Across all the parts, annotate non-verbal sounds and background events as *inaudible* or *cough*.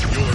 You're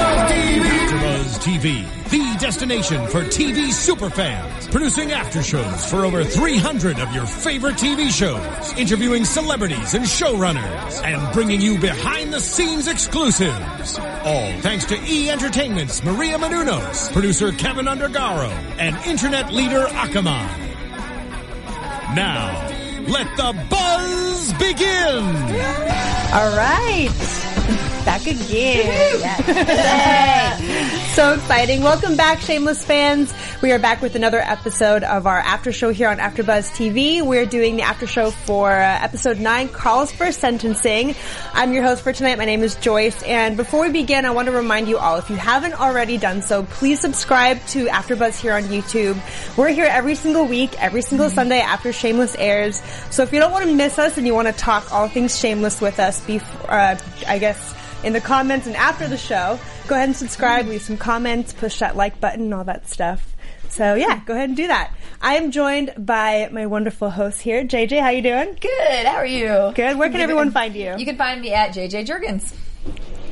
AfterBuzz TV, the destination for TV superfans, producing aftershows for over 300 of your favorite TV shows, interviewing celebrities and showrunners, and bringing you behind-the-scenes exclusives. All thanks to E Entertainment's Maria Menounos, producer Kevin Undergaro, and internet leader Akamai. Now, let the buzz begin! All right. Back again. Yay. *laughs* so exciting. Welcome back, Shameless fans. We are back with another episode of our after show here on AfterBuzz TV. We're doing the after show for uh, episode 9, Calls for Sentencing. I'm your host for tonight. My name is Joyce. And before we begin, I want to remind you all, if you haven't already done so, please subscribe to AfterBuzz here on YouTube. We're here every single week, every single Sunday after Shameless airs. So if you don't want to miss us and you want to talk all things Shameless with us, before, uh, I guess in the comments and after the show, go ahead and subscribe, leave some comments, push that like button, and all that stuff. So yeah, go ahead and do that. I am joined by my wonderful host here, JJ. How you doing? Good. How are you? Good. Where can everyone find you? You can find me at JJ Jurgens.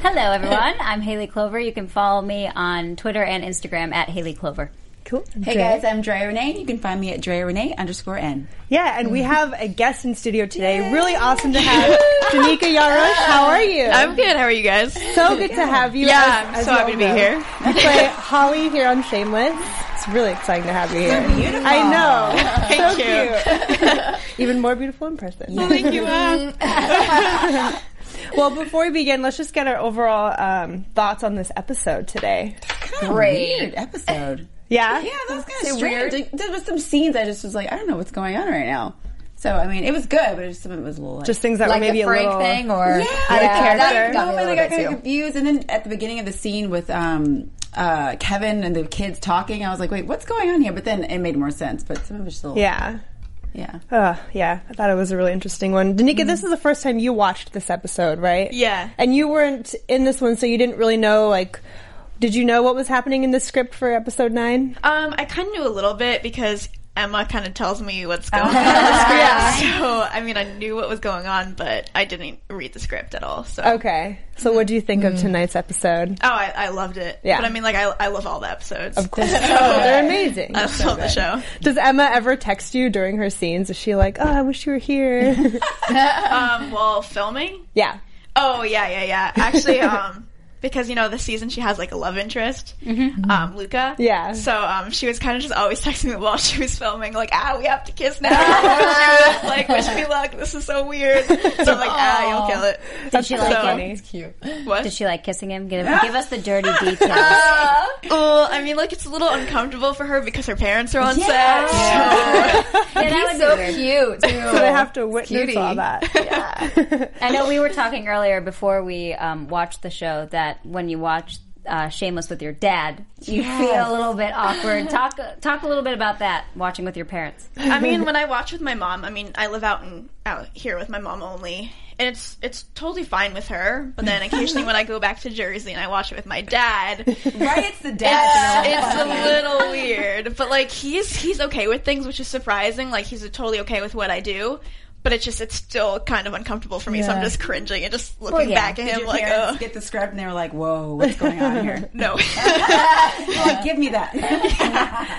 Hello, everyone. I'm Haley Clover. You can follow me on Twitter and Instagram at Haley Clover. cool. Hey guys, I'm Dre Renee, and you can find me at Dre Renee underscore N. Yeah, and we have a guest in studio today. Really awesome to have Janika Yarosh. How are you? I'm good. How are you guys? so good to have you. Yeah, as- I'm as so you all happy to be know. here. You play Holly here on Shameless. It's really exciting to have you here. beautiful. I know. *laughs* Thank so cute. Even more beautiful in person. Thank you. uh. *laughs* Well, before we begin, let's just get our overall um, thoughts on this episode today. Great episode. Yeah? Yeah, that was kind of weird. Like, There was some scenes I just was like, I don't know what's going on right now. So I mean, it was good, but it just, some of it was a little like, Just things that Like were maybe the a Frank little. thing or yeah, out of yeah, that character. got me a Got me little bit a little bit, too. confused. And then at the beginning of the scene with um, uh, Kevin and the kids talking, I was like, wait, what's going on here? But then it made more sense. But some of it's still Yeah. yeah. Uh, yeah, I thought it was a really interesting one. Danica, this is the first time you watched this episode, right? Yeah. And you weren't in this one, so you didn't really know, like, did you know what was happening in the script for episode nine? Um, I kind of knew a little bit because Emma kind of tells me what's *laughs* going on in the script. So, I mean, I knew what was going on, but I didn't read the script at all. Uh, So, Okay. So what do you think of tonight's episode? oh, I, I loved it. Yeah. But I mean, like, I, I love all the episodes. Of course. Oh, they're amazing. I love the show. Does Emma ever text you during her scenes? Is she like, oh, I wish you were here? Um, while filming. yeah. Oh yeah, yeah, yeah. *laughs* Actually, um, because you know this season she has like a love interest, um, Luca. Mm-hmm. Yeah. So um, she was kind of just always *laughs* texting me while she was filming, like, ah, we have *laughs* to kiss now. *laughs* she was like, wish me luck. This is so weird. So I'm like, ah, you'll kill it. Did she like so- him? What? Did she like kissing him? Give, give us the *laughs* dirty details. well, I mean, like it's a little uncomfortable for her because her parents are on set. Yeah, that would so be weird. *laughs* cute too. But I have to witness cutie. all that. I know we were talking earlier before we um, watched the show that when you watch uh, Shameless with your dad, you feel a little bit awkward. Talk talk a little bit about that watching with your parents. I mean, when I watch with my mom, I mean, I live out in out here with my mom only, and it's it's totally fine with her. But then occasionally, when I go back to Jersey and I watch it with my dad, Right, it's the dad. it's a little weird. But like, he's he's okay with things, which is surprising. Like, he's totally okay with what I do. But it's just it's still kind of uncomfortable for me, so I'm Yeah. just cringing and just looking yeah. back at Did him your like, parents oh get the script and they were like, "Whoa, what's going on here? no. like, give me that."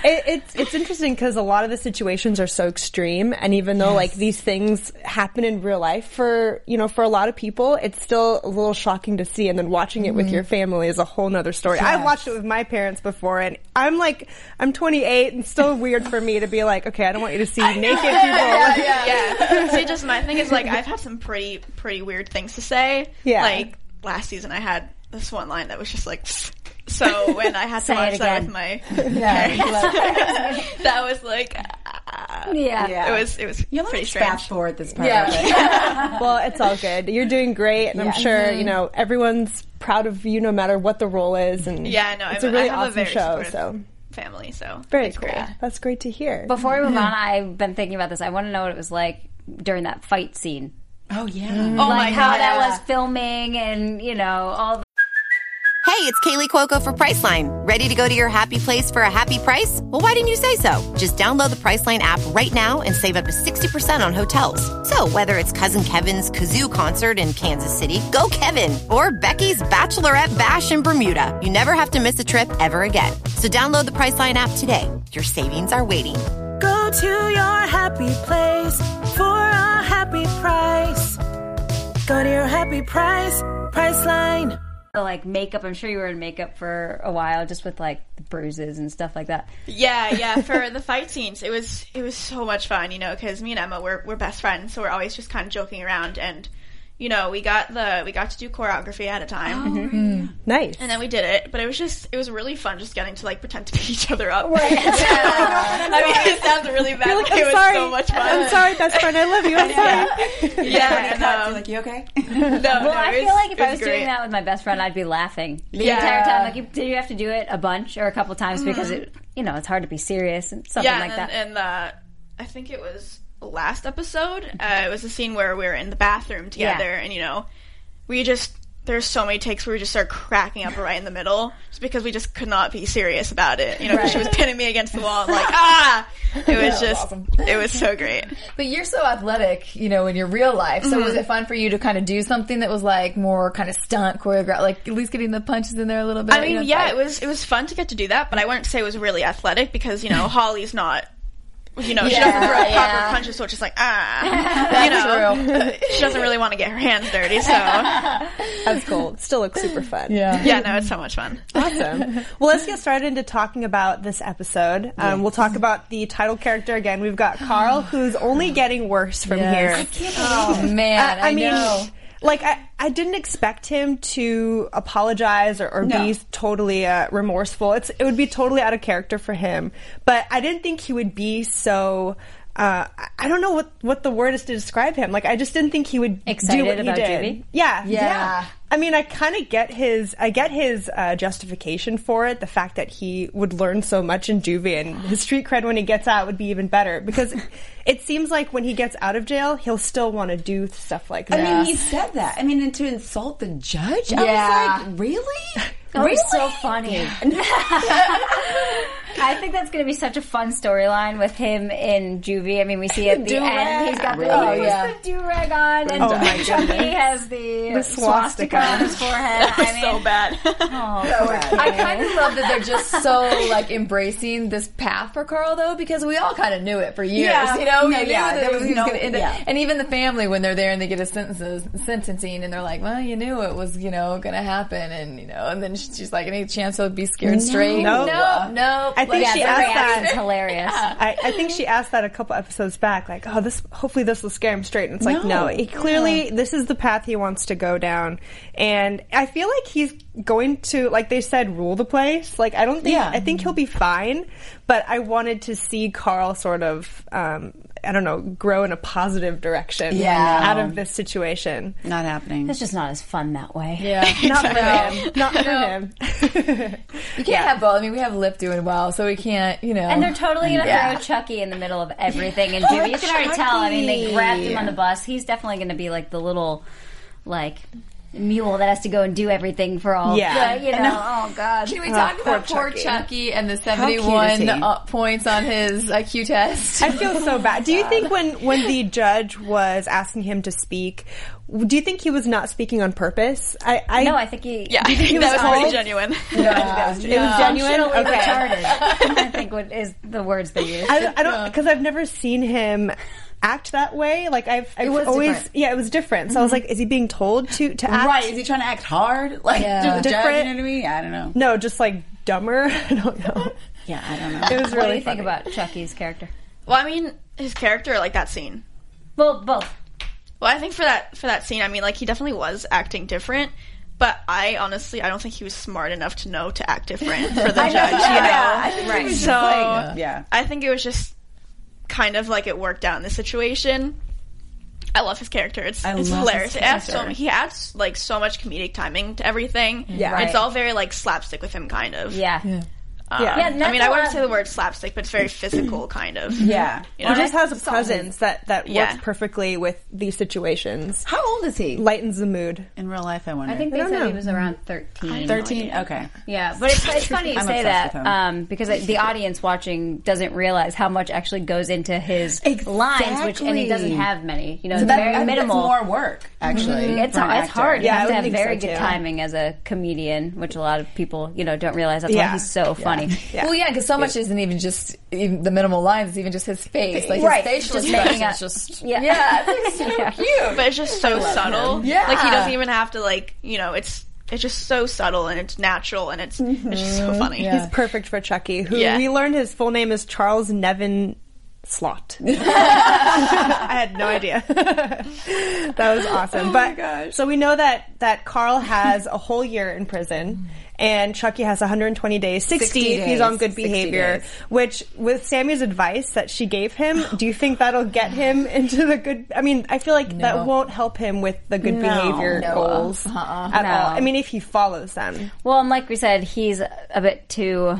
It, it's it's interesting because a lot of the situations are so extreme, and even though like these things happen in real life for you know for a lot of people, it's still a little shocking to see. And then watching it Mm-hmm. with your family is a whole nother story. I've watched it with my parents before, and I'm like I'm 28, and still weird for me to be like, okay, I don't want you to see naked people. *laughs* *laughs* yeah, yeah. *laughs* See, just my thing is like I've had some pretty pretty weird things to say. Yeah. Like last season, I had this one line that was just like. *laughs* So when *laughs* I had to Say it watch that again. with my, *laughs* yeah, that was like Yeah. it was it was You'll pretty like strange. fast forward this part. Yeah, well, it's all good. You're doing great, and I'm sure Mm-hmm. you know everyone's proud of you, no matter what the role is. And Yeah, no, it's I'm, a really I have awesome a very show. supportive So family, so very it's cool. great. That's great to hear. Before we move on, I've been thinking about this. I want to know what it was like during that fight scene. oh yeah. Oh my like how god, that was filming and, you know, all the Hey, it's Kaylee Cuoco for Priceline. Ready to go to your happy place for a happy price? Well, why didn't you say so? Just download the Priceline app right now and save up to 60% on hotels. So, whether it's Cousin Kevin's Kazoo concert in Kansas City, go Kevin, or Becky's Bachelorette Bash in Bermuda, you never have to miss a trip ever again. So, download the Priceline app today. Your savings are waiting. Go to your happy place for a happy price. Go to your happy price, Priceline. the like makeup. I'm sure you were in makeup for a while, just with like the bruises and stuff like that. Yeah, *laughs* yeah. For the fight scenes, it was it was so much fun, you know, because me and Emma we're we're best friends, so we're always just kind of joking around, and you know, we got the we got to do choreography at a time, Mm-hmm. nice. and then we did it. But it was just it was really fun, just getting to like pretend to pick *laughs* each other up. *laughs* I mean, it sounds really bad. You're but like, it I'm was sorry. so much fun. I'm sorry, best friend. I love you. *laughs* I'm sorry. Yeah, and, Cuts, you're um, like, you *laughs* okay? no, Well, no, I it feel was- like if it I was great. doing that with my best friend, I'd be laughing the Yeah. entire time. Like, you, did you have to do it a bunch or a couple times because it, you know, it's hard to be serious and something Mm-hmm. yeah, like and, that. and uh, I think it was last episode. Uh, it was a scene where we were in the bathroom together, and you know, we just there's so many takes where we just start cracking up right in the middle, just because we just could not be serious about it. You know, 'cause she was pinning me against the wall, and like ah, it was just it was so great. But you're so athletic, you know, in your real life. So Mm-hmm. was it fun for you to kind of do something that was like more kind of stunt choreograph, like at least getting the punches in there a little bit? I you know, mean, it's yeah, like- it was it was fun to get to do that, but I wouldn't say it was really athletic because you know Holly's not. You know, she doesn't Yeah, throw proper yeah. punches, so it's just like ah. you know, *laughs* she doesn't really want to get her hands dirty. So yeah, That's cool. Still looks super fun. Yeah. no, it's so much fun. Awesome. Well, let's get started into talking about this episode. Um, We'll talk about the title character again. We've got Carl, who's only getting worse from here. Oh man, I, I mean, know. like I, I didn't expect him to apologize or, or be totally uh, remorseful. It's it would be totally out of character for him, but I didn't think he would be so. Uh, I- I don't know what, what the word is to describe him. Like I just didn't think he would do Excited what he about did. Juvie? Yeah, Yeah. I mean, I kind of get his I get his uh, justification for it. The fact that he would learn so much in juvie and his street cred when he gets out would be even better *laughs* because it seems like when he gets out of jail, he'll still want to do stuff like that. I mean, he said that. I mean, and to insult the judge, Yeah. I was like, *laughs* really? That was so funny. I think that's going to be such a fun storyline with him in juvie. I mean, we see at the Do-rag. end he's got the, Really? he puts Yeah. the do rag on, and Oh my he has the, swastika. swastika on *laughs* his forehead. I mean, oh, So bad. *laughs* I kind of love that they're just so like embracing this path for Carl though, because we all kind of knew it for years. Yeah. You know, we No, knew yeah, that there it was was, he was no- going to end yeah. up. And even the family, when they're there and they get a sentences, sentencing, and they're like, "Well, you knew it was, you know, going to happen," and you know, and then she's like, "Any chance he'll be scared straight?" No. no, no. I think Like, she yeah, asked reaction is that. hilarious. I, I think she asked that a couple episodes back, like, "Oh, this hopefully this will scare him straight." And it's like, no, No. he clearly this is the path he wants to go down, and I feel like he's going to, like they said, rule the place. Like, I don't think Yeah. I think he'll be fine, but I wanted to see Carl sort of, um, I don't know, grow in a positive direction Yeah. out of this situation. Not happening. It's just not as fun that way. *laughs* Not for him. Not for him. *laughs* You can't have both. I mean, we have Lip doing well, so we can't, you know. And they're totally gonna Yeah. throw Chucky in the middle of everything. And Oh, Juvie, you can already tell. I mean, they grabbed him on the bus. He's definitely gonna be like the little, like mule that has to go and do everything for all. Yeah. you know. Oh God. Can we talk about poor Chucky. and the is 71 he? uh, points on his IQ test? I feel so bad. Do you think when when the judge was asking him to speak, w- do you think he was not speaking on purpose? I, I No, I think he. Yeah, I *laughs* think that was pretty genuine. *laughs* it was genuine. Functionally Okay. *laughs* retarded. I think what is the words they use. I, I don't because I've never seen him act that way. Like I've, I've was always different. Mm-hmm. yeah, it was different. So I was like, is he being told to to act? Right? Is he trying to act hard? *laughs* Like Yeah. to the judge? You Different- know what I mean? I don't know. No, just like dumber. *laughs* I don't know. Yeah, I don't know. It was really what do funny. you think about Chucky's character? Well, I mean, his character, like that scene. Well, both. Well, I think for that for that scene, I mean, like he definitely was acting different, but I honestly, I don't think he was smart enough to know to act different for the judge. yeah, You *laughs* know, right? So yeah. uh, I think it was just kind of like it worked out in this situation. I love his character. It's, I it's love hilarious. his It adds so, character. he adds like so much comedic timing to everything. Yeah. it's all very like slapstick with him, kind of. Yeah. Um, Yeah. Yeah, I mean, that's I a wouldn't lot- say the word slapstick, but it's very physical, kind of. Yeah. You know? He just has a presence that that Yeah. works perfecly with these situations. How old is he? Lightens the mood. in real life, I wonder. I think they don't said he know. was around thirteen. thirteen. Okay. Yeah, but it's, it's funny you *laughs* I'm say that obsessed with him. um, because the audience watching doesn't realize how much actually goes into his lines, which and he doesn't Exactly. have many. You know, So it's that, very I think that's minimal. more work actually. it's, for an it's actor. hard. Yeah, you I have would to have think very so, good too. timing as a comedian, which a lot of people you know don't realize. That's Yeah. why he's so funny. *laughs* Well, yeah, because so much isn't even just even the minimal lines, even just his face, like Right. his facial Just expression making is a- just yeah. yeah it's like so *laughs* Yeah. cute. but it's just so subtle. Yeah. like he doesn't even have to like you know it's it's just so subtle and it's natural and it's it's just so funny. Yeah. He's perfect for Chucky, who Yeah. we learned his full name is Charles Nevin Slot. I had no idea. *laughs* that was awesome. but so we know that that Carl has a whole year in prison. And Chucky has 120 days, 60, 60 if he's on days, good 60 behavior. days. Which, with Sammy's advice that she gave him, do you think that'll get him into the good? I mean, I feel like that won't help him with the good behavior goals at all. I mean, if he follows them, Well, and like we said, he's a bit too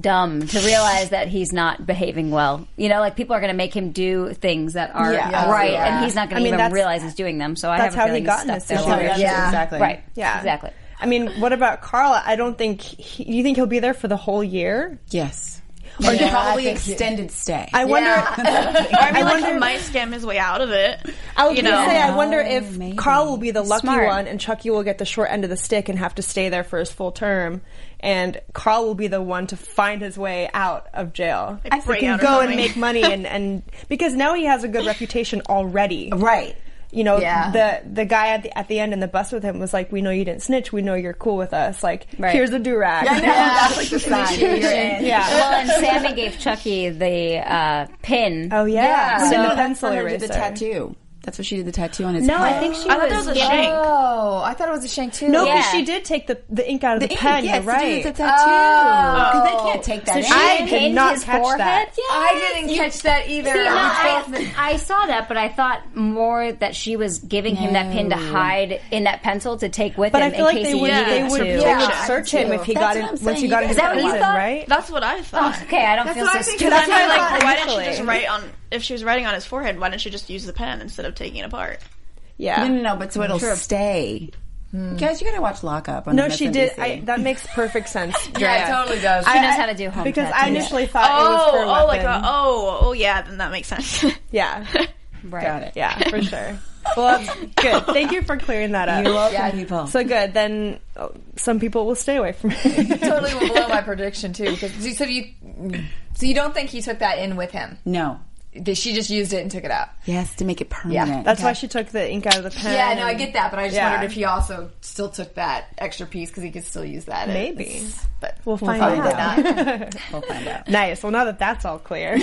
dumb to realize that he's not behaving well. You know, like people are going to make him do things that are Yeah. right, Yeah. and he's not going I to mean, even that's- realize he's doing them. So I that's have a how he feeling got he's in stuck this there situation. longer. That's Yeah. exactly. Right. Yeah. Exactly. I mean, what about Carla? I don't think he, you think he'll be there for the whole year. Yes. Or probably extended stay. I wonder. I mean, like wonder- he might scam his way out of it. I was you gonna know, say, I wonder if maybe. Carl will be the lucky Smart. one, and Chucky will get the short end of the stick and have to stay there for his full term, and Carl will be the one to find his way out of jail. Like he break can out or go and something. make money, and and because now he has a good reputation already, Right. You know, Yeah. the the guy at the at the end in the bus with him was like, "We know you didn't snitch. We know you're cool with us. Like, Right. here's a do rag." *laughs* That's like the sign. You're in. Yeah. *laughs* Well, and Sammy gave Chucky the uh, pin. *laughs* Oh yeah. So And the No, that's pencil when her eraser. did the tattoo. That's what she did the tattoo on his No, head. I think she I thought was. that was a yeah. shank. Oh, I thought it was a shank too. No, Yeah. because she did take the the ink out of the, Ink, pen. yes, you're to do right. with the tattoo. Oh. 'Cause they can't take that. So she in. I did pinned not his catch forehead. that. I didn't catch that either. See, no, We both- I, I saw that, but I thought more that she was giving him that pin to hide in that pencil to take with But I him feel in like case they he would Yeah. they needed would, to. they would search him if he That's got what I'm in once he saying. got Is into that what you prison, thought? right? That's what I thought. Okay, I don't feel so Because stupid. I mean, I thought like, why didn't she just initially. write on? If she was writing on his forehead, why didn't she just use the pen instead of taking it apart? Yeah. Hmm. No, no, no. But so it'll stay. Guys, you gotta watch Lockup. On No, she did. MSNBC. I, that makes perfect sense. *laughs* yeah, it totally does. She knows how to do home because I tattoos. initially thought it was for a oh, oh, like weapon. a, oh, oh, yeah. Then that makes sense. *laughs* Oh Yeah, Right. got it. yeah, for sure. Well, that's good. Thank you for clearing that up. You love people. so good. Then oh, some people will stay away from it. *laughs* totally will blow my prediction too. Because you said you, so you don't think he took that in with him? no. That she just used it and took it out. Yes, to make it permanent. That's why she took the ink out of the pen. Yeah, no, I get that, but I just Yeah. wondered if he also still took that extra piece because he could still use that. Maybe. but We'll find, find out. out. we'll find out. Nice. Well, now that that's all clear.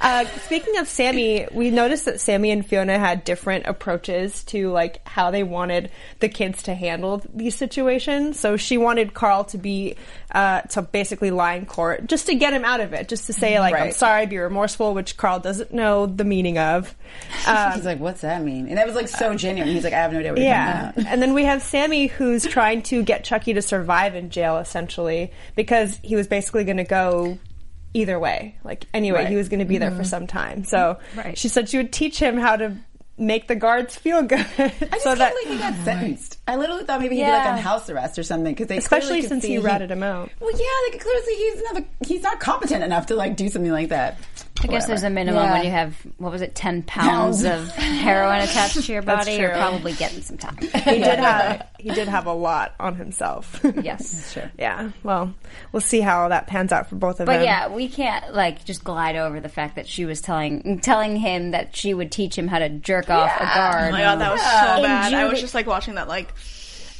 uh, speaking of Sammy, we noticed that Sammy and Fiona had different approaches to like how they wanted the kids to handle these situations. So she wanted Carl to be uh, to basically lie in court just to get him out of it, just to say like I'm Right. sorry, be remorseful, which Carl doesn't know the meaning of. He's like, "What's that mean?" And that was like so genuine. He's like, "I have no idea what Uh, you're Yeah. *laughs* talking about." and then we have Sammy who's trying to get Chucky to survive in jail essentially because he was basically going to go either way. Like anyway, he was going to be there for some time. So she said she would teach him how to make the guards feel good. I *laughs* just so can't that, Oh believe he got sentenced. I literally thought maybe he'd be Yeah. like on house arrest or something because they especially clearly could since see he ratted him out. Well, yeah, like clearly he's not the- he's not competent enough to like do something like that. I guess there's a minimum Yeah. when you have what was it, ten pounds of heroin attached to your body. You're probably getting some time. He did have he did have a lot on himself. *laughs* yes, sure. yeah. Well, we'll see how that pans out for both of But them. yeah, we can't like just glide over the fact that she was telling telling him that she would teach him how to jerk off a guard. Oh my god, that was so In bad. I June- was just like watching that, like,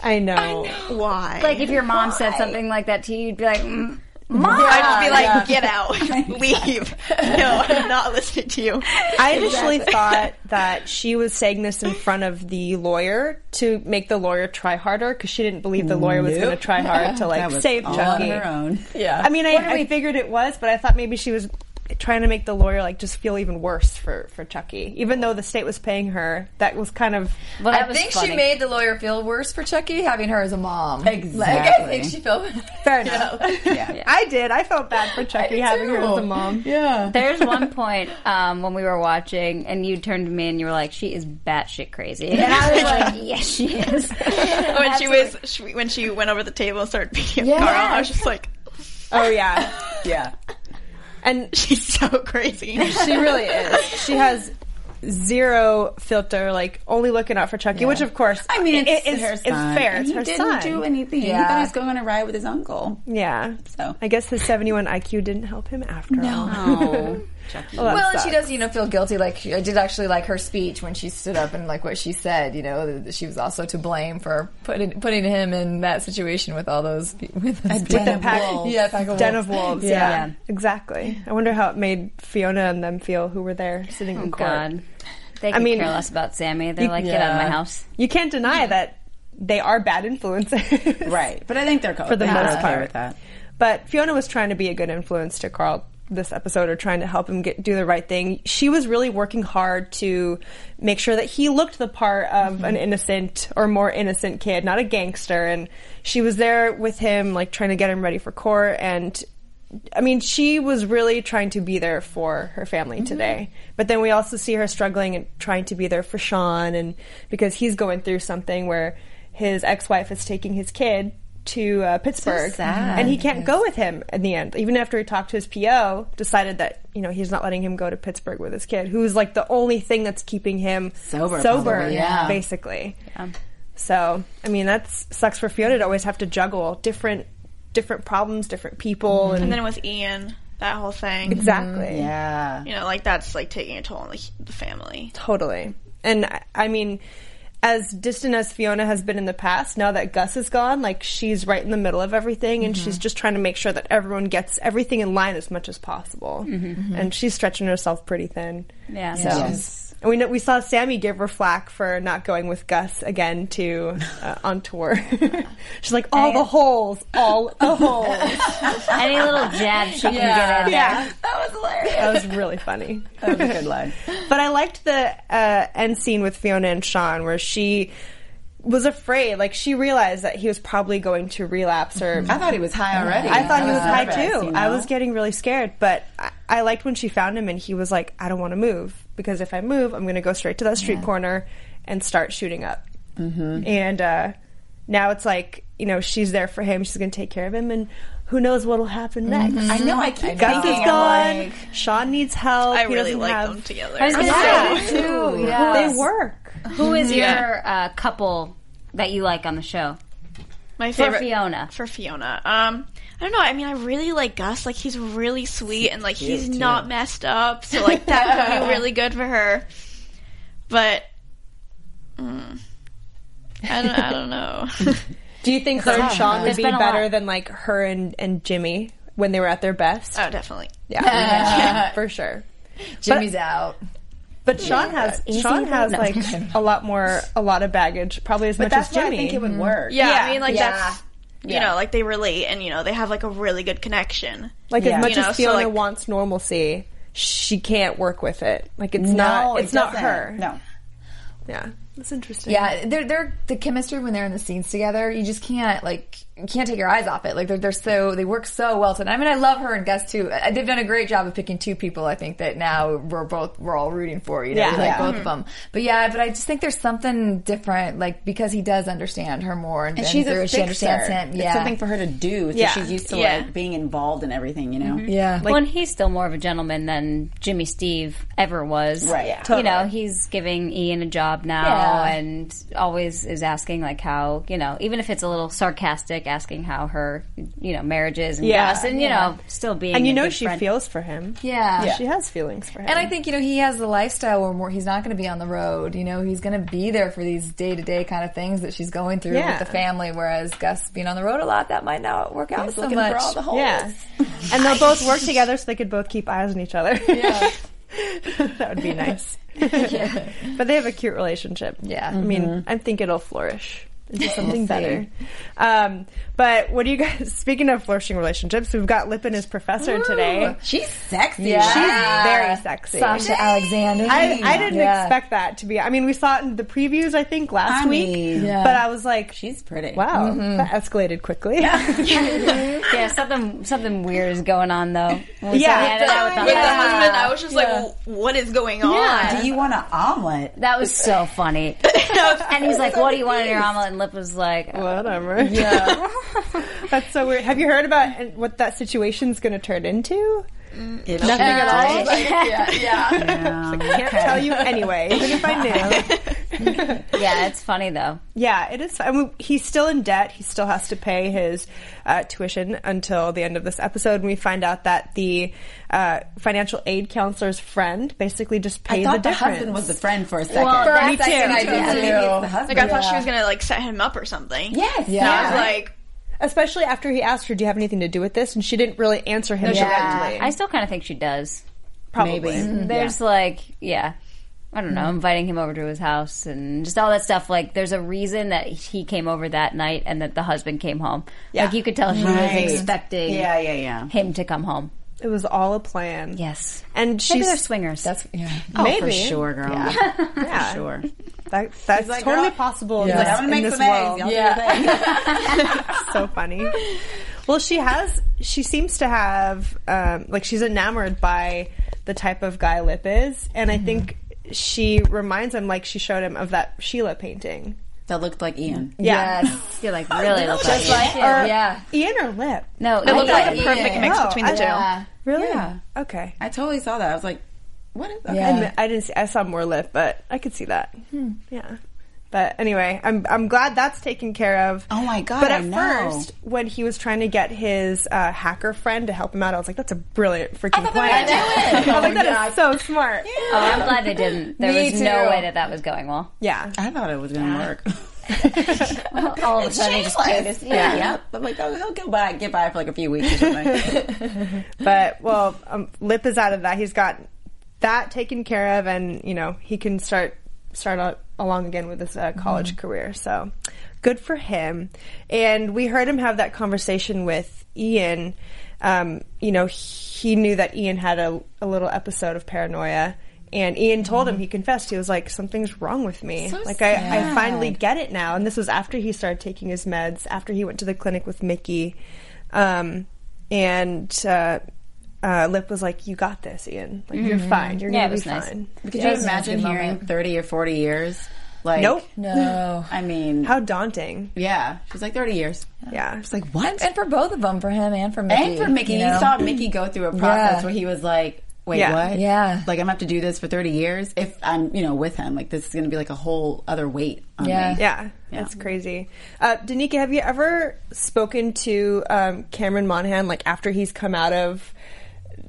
I know. why? like if your mom said something like that to you, you'd be like, mm, "Mom, I'd just be like, get *laughs* out, leave. No, I'm not listening to *laughs* you. I initially thought that she was saying this in front of the lawyer to make the lawyer try harder because she didn't believe the lawyer was going to try hard to That like was save all Chucky. on her own. Yeah. I mean, I, I figured it was, but I thought maybe she was trying to make the lawyer like just feel even worse for for Chucky, even though the state was paying her. That was kind of well, that I was think funny. she made the lawyer feel worse for Chucky having her as a mom. Like, I Exactly. think she felt fair enough. *laughs* I did. I felt bad for Chucky having her as a mom. Yeah. *laughs* There's one point um, when we were watching, and you turned to me and you were like, "She is batshit crazy," and I was like, "Yes, she is." When she was she, when she went over the table and started beating up Carl, I was just like, Oh *laughs* yeah, *laughs* Yeah. and she's so *laughs* crazy. She really is. She has zero filter, like only looking out for Chucky, which of course I mean, it's, it- her it's son. fair. And It's he her didn't son. do anything. He thought he was going on a ride with his uncle. yeah. So. I guess his 71 IQ didn't help him after all. Oh, Chucky. Well, that well, and she sucks. does, you know, feel guilty. Like she- I did actually like her speech when she stood up and like what she said. You know, that she was also to blame for putting putting him in that situation with all those pe- with those people. den of wolves. Yeah, pack of Den wolves. of Wolves. Yeah. Yeah. exactly. I wonder how it made Fiona and them feel who were there sitting Oh in court. God, they could mean- care less about Sammy. They're like, "Get out of my Yeah. house." You can't deny that they are bad influences. *laughs* Right. But I think they're For the they're most okay part. with that. But Fiona was trying to be a good influence to Carl this episode or trying to help him get do the right thing. She was really working hard to make sure that he looked the part of an Mm-hmm. innocent or more innocent kid, not a gangster and she was there with him like trying to get him ready for court and I mean, she was really trying to be there for her Mm-hmm. family today. But then we also see her struggling and trying to be there for Sean and because he's going through something where his ex-wife is taking his kid to uh, Pittsburgh sad. and he can't go with him in the end. Even after he talked to his PO, decided that, you know, he's not letting him go to Pittsburgh with his kid, who's like the only thing that's keeping him Sober, sober probably, yeah. basically. So, I mean, that sucks for Fiona to always have to juggle different different problems, different people and Mm-hmm. And then with Ian, that whole thing. Exactly. Yeah. You know, like that's like taking a toll on the, the family. Totally. And I- I mean, as distant as Fiona has been in the past, now that Gus is gone, like she's right in the middle of everything and she's just trying to make sure that everyone gets everything in line as much as possible. And she's stretching herself pretty thin. Yeah. So. Yes. And we know, we saw Sammy give her flack for not going with Gus again to *laughs* uh, on tour. *laughs* she's like all the holes, all *laughs* the holes. Any little jab she can get in. yeah, That was hilarious. that was really funny. That was a *laughs* good line. But I liked the uh, end scene with Fiona and Sean where she was afraid. Like she realized that he was probably going to relapse or. I thought he was high already. I thought he was high nervous, too. you I know? was getting really scared, but I, I liked when she found him and he was like, "I don't want to move because if I move, I'm going to go straight to that street corner and start shooting up." Mm-hmm. And uh, now it's like you know she's there for him. She's going to take care of him, and who knows what'll happen next? I know. I keep Gus thinking is I'm gone. like- Sean needs help. I He really doesn't like have- them together. I was gonna Yeah. say too. Yeah. They work. Who is your uh, couple that you like on the show? My For favorite Fiona. for Fiona. Um, I don't know. I mean, I really like Gus. Like he's really sweet and like he's not messed up. So like that *laughs* could be really good for her. But mm, I don't. I *laughs* don't know. Do you think her and Sean would There's be been a better lot. than like her and, and Jimmy when they were at their best? oh, definitely. yeah. for sure. Jimmy's out. But Sean has Sean has like a lot more a lot of baggage, probably as But much that's as why I Jimmy. think it would work. Yeah, Yeah. I mean, like Yeah. that's you know, like they relate and you know they have like a really good connection. like Yeah. as much You know, as so, Fiona like- wants normalcy, she can't work with it. Like it's No, not it it's not doesn't. her. No. Yeah. That's interesting. Yeah, they're they're the chemistry when they're in the scenes together. You just can't like you can't take your eyes off it. Like they're they're so they work so well tonight. I mean, I love her and Gus too. Uh, They've done a great job of picking two people. I think that now we're both we're all rooting for. You know, Yeah. we like Yeah. Mm-hmm. both of them. But yeah, but I just think there's something different. Like because he does understand her more, and, And and she's a there- fixer. she understands him. Yeah, It's something for her to do. So Yeah. she's used to Yeah. like being involved in everything, you know. yeah. well, and he's still more of a gentleman than Jimmy Steve ever was. Right, yeah. You know, he's giving Ian a job now Yeah. and always is asking, like, how, you know, even if it's a little sarcastic, asking how her, you know, marriage is and Yeah. Gus and, you know, still being. And you a know good she friend. feels for him. Yeah. She has feelings for him. And I think you know he has the lifestyle where more, he's not going to be on the road. You know he's going to be there for these day to day kind of things that she's going through Yeah. with the family. Whereas Gus being on the road a lot, that might not work out so looking much. for all the holes. Yeah. *laughs* and they'll both work together so they could both keep eyes on each other. Yeah. *laughs* that would be nice. but they have a cute relationship. Yeah. I mean, I think it'll flourish into something better. Um, but what do you guys, *laughs* speaking of flourishing relationships, we've got Lip and his professor today. She's sexy. Yeah. She's very sexy. Sasha Alexander. I, I didn't Yeah. expect that to be. I mean, we saw it in the previews, I think, last I week. mean- Yeah. But I was like, She's pretty. wow, that escalated quickly. *laughs* Yeah, something something weird is going on though. Well, Yeah. sorry, I don't know what With the that- husband, I was just like, "W- what is going on? Do you want an omelet? That was so funny. and he's like, "What do you want in your omelet?" And Lip was like, Whatever. Yeah. *laughs* That's so weird. Have you heard about and what that situation's going to turn into? If Nothing she- at all. yeah, yeah. Yeah. Can't tell you anyway, even if I knew. "Yeah, it's funny though." Yeah, it is. I mean, he's still in debt. He still has to pay his uh, tuition until the end of this episode. And we find out that the uh, financial aid counselor's friend basically just I paid thought the the, difference. husband was the friend for a second. that's too. actually an Me idea, Maybe it's the too. husband. Like I thought she was gonna like set him up or something. Yes. And I Yeah. was like, Especially after he asked her, "Do you have anything to do with this?" and she didn't really answer him directly. I still kind of think she does. Probably. Mm-hmm. There's like, yeah, I don't know, inviting him over to his house and just all that stuff. Like, there's a reason that he came over that night and that the husband came home. Like, you could tell she was expecting Yeah, yeah, yeah. him to come home. It was all a plan. Yes, And she's maybe they're swingers. That's yeah. maybe. For sure, girl. *laughs* Yeah. For sure. *laughs* That, that's like, totally "Girl, possible Like, I'm in gonna make this, in this some eggs. world. Y'all do your thing. *laughs* so funny. Well, she has. She seems to have um, like she's enamored by the type of guy Lip is, and I think she reminds him like she showed him of that Sheila painting. That looked like Ian. Yeah. Yes, you're like really look like you. Or yeah. Ian or Lip. No, it looked I- like a perfect mix Oh, between the I- two. Yeah. Really? Yeah. Okay. I totally saw that. I was like, what is that? Yeah. I, mi- I didn't see. I saw more Lip, but I could see that. Hmm. Yeah. But anyway, I'm I'm glad that's taken care of. Oh my God, But at I know. first, when he was trying to get his uh, hacker friend to help him out, I was like, "That's a brilliant freaking plan." *laughs* I was like, "That is so smart." Oh, I'm glad they didn't. There Me was no too. way that that was going well. Yeah. I thought it was going to work. All of *laughs* a sudden, they just Shameless. noticed- yeah. Yep. I'm like, oh, he'll go by, get by for like a few weeks or something. But well, um, Lip is out of that. He's got that taken care of, and you know he can start start out along again with his uh, college career. So good for him. And we heard him have that conversation with Ian. Um, you know, he knew that Ian had a, a little episode of paranoia. And Ian told him, he confessed, he was like, something's wrong with me. like, I, I finally get it now. And this was after he started taking his meds, after he went to the clinic with Mickey. Um, and uh, uh, Lip was like, you got this, Ian. Like, you're fine. You're Yeah, it going was to be nice. fine. *laughs* Could you imagine hearing 30 or 40 years? Like, Nope. No. *laughs* I mean, How daunting. yeah. She's like 30 years. Yeah. It's like, what? And for both of them, for him and for Mickey. And for Mickey, you, know? saw Mickey go through a process Yeah. where he was like, "Wait, Yeah. what? Yeah. like I'm gonna have to do this for 30 years if I'm, you know, with him. Like this is gonna be like a whole other weight on Yeah. me." Yeah, that's crazy. Uh, Danica, have you ever spoken to um, Cameron Monahan like after he's come out of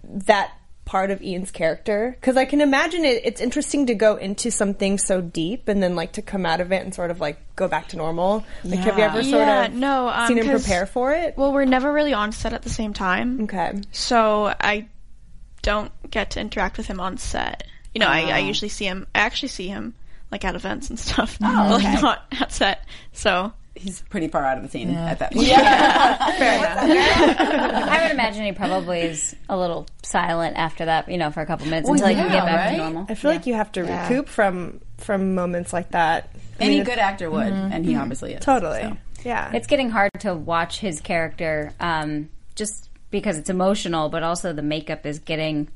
that part of Ian's character? Because I can imagine it, it's interesting to go into something so deep and then like to come out of it and sort of like go back to normal. Like, have you Yeah. ever sort Yeah, of no, um, seen him 'cause- prepare for it? Well, we're never really on set at the same time, okay, so I don't get to interact with him on set. You know, I, I Ah. usually *laughs* see him. I actually see him like at events and stuff, oh, like not at set. So he's pretty far out of the scene at that point. I would imagine he probably is a little silent after that, you know, for a couple minutes until he can yeah, get back right? to normal. I feel like you have to recoup from from moments like that. I Any mean, good actor would, and he obviously is. Totally. So. Yeah. It's getting hard to watch his character um, just because it's emotional, but also the makeup is getting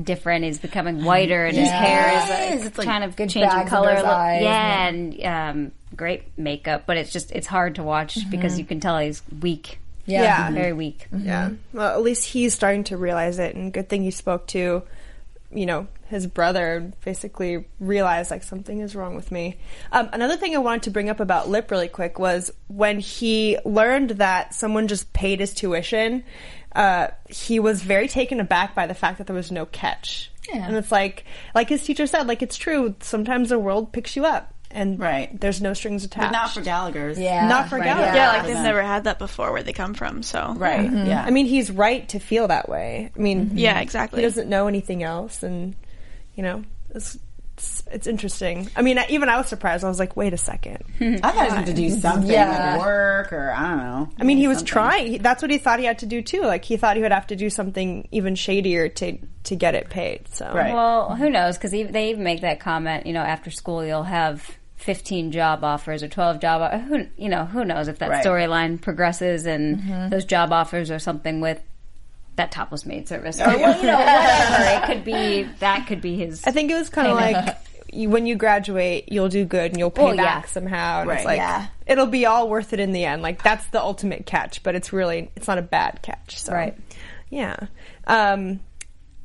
different. He's becoming whiter, and his hair is, Yes, uh, it's like kind of good changing bags color. under a his little- eyes, yeah, and um, great makeup, but it's just it's hard to watch because you can tell he's weak. Mm-hmm. Yeah. Yeah. very weak. Yeah. Mm-hmm. Well, at least he's starting to realize it, and good thing he spoke to, you know, his brother. Basically, realized like something is wrong with me. Um, another thing I wanted to bring up about Lip really quick was when he learned that someone just paid his tuition. Uh, he was very taken aback by the fact that there was no catch. Yeah. And it's like, like his teacher said, like it's true. Sometimes the world picks you up, and Right. there's no strings attached. But not for Gallagher's. Yeah. Not for Right. Gallagher. Yeah, like they've Yeah. never had that before where they come from. So Right. Yeah. Mm-hmm. I mean, he's right to feel that way. I mean, yeah, exactly. he doesn't know anything else and you know it's it's, it's interesting i mean I, even i was surprised i was like wait a *laughs* second I thought he had to do something Yeah. like work or I don't know. i mean he was trying He- that's what he thought he had to do too like he thought he would have to do something even shadier to to get it paid so Right. Well, who knows? Because they even make that comment. You know, after school you'll have fifteen job offers or twelve job. o- Who you know? Who knows if that Right. storyline progresses and those job offers are something with that topless maid service. Or, well, you know, whatever. It could be that could be his. i think it was kind of like *laughs* you, when you graduate you'll do good and you'll pay Well, yeah. back somehow and it's Right. like Yeah. it'll be all worth it in the end like that's the ultimate catch but it's really it's not a bad catch so Right. yeah um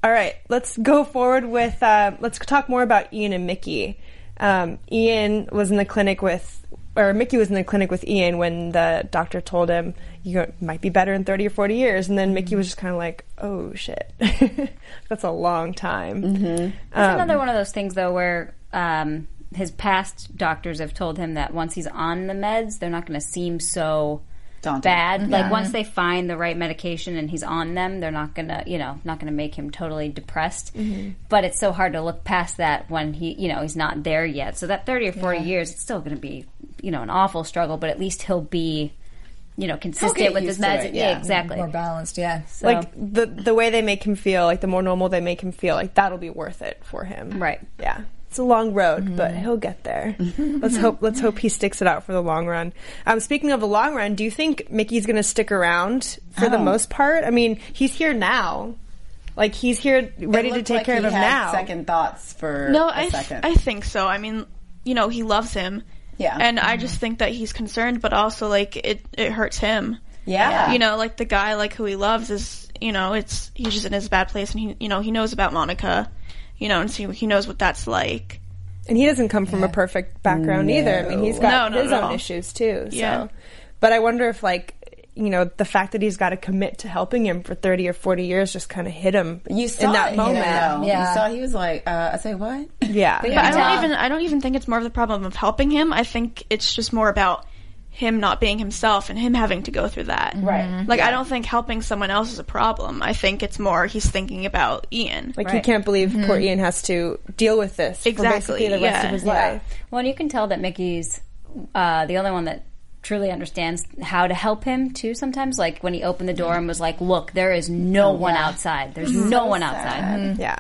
All right, let's go forward with uh, let's talk more about Ian and Mickey. Um, Ian was in the clinic with, or Mickey was in the clinic with Ian when the doctor told him you might be better in thirty or forty years, and then Mickey was just kind of like, "Oh shit, *laughs* that's a long time." Mm-hmm. It's another one of those things, though, where um, his past doctors have told him that once he's on the meds, they're not going to seem so Daunting. bad. Like once they find the right medication and he's on them, they're not going to, you know, not going to make him totally depressed. Mm-hmm. But it's so hard to look past that when he, you know, he's not there yet. So that thirty or forty years, it's still going to be, you know, an awful struggle. But at least he'll be. You know, consistent with his used to meds. it, yeah. exactly. More balanced, yeah. So- Like the the way they make him feel, like the more normal they make him feel, like that'll be worth it for him. Right. Yeah. It's a long road, Mm-hmm. but he'll get *laughs* there. let's hope let's hope he sticks it out for the long run. Um, speaking of the long run, do you think Mickey's gonna stick around for Oh. the most part? I mean, he's here now. Like he's here It ready to looked take like care of he him had now. Second thoughts for No, a I, th- second. I think so. I mean, you know, he loves him. Yeah. And I just think that he's concerned, but also, like, it, it hurts him. yeah. You know, like, the guy, like, who he loves is, you know, it's, he's just in his bad place, and he, you know, he knows about Monica, you know, and so he knows what that's like. and he doesn't come from a perfect background either. I mean, he's got No, not his at own all. issues too. So, Yeah. but I wonder if like you know the fact that he's got to commit to helping him for thirty or forty years just kind of hit him You saw in that it, moment. Yeah. Yeah. You saw he was like, uh, I say what? Yeah, But I don't even, I don't even think it's more of the problem of helping him. I think it's just more about him not being himself and him having to go through that. Right. Like, I don't think helping someone else is a problem. I think it's more he's thinking about Ian. like he can't believe poor Ian has to deal with this for Exactly, basically the rest yeah. of his Yeah. life. Well, and you can tell that Mickey's uh, the only one that truly understands how to help him too. Sometimes, like when he opened the door and was like, "Look, there is no Oh, one outside. There's no one outside." Yeah,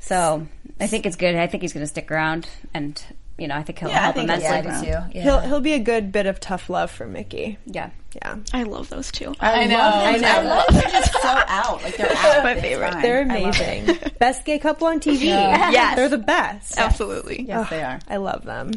So I think it's good. I think he's going to stick around, and you know, I think he'll I help think he'll immensely. stick I do Yeah. too. Yeah. he'll he'll be a good bit of tough love for Mickey. yeah. Yeah, I love those two. I know. I know. know. I love they're just so out. Like they're out. My It's favorite. fine. they're I love it. amazing. best gay couple on TV. Yes. they're the best. Absolutely. Yes, they are. I love them.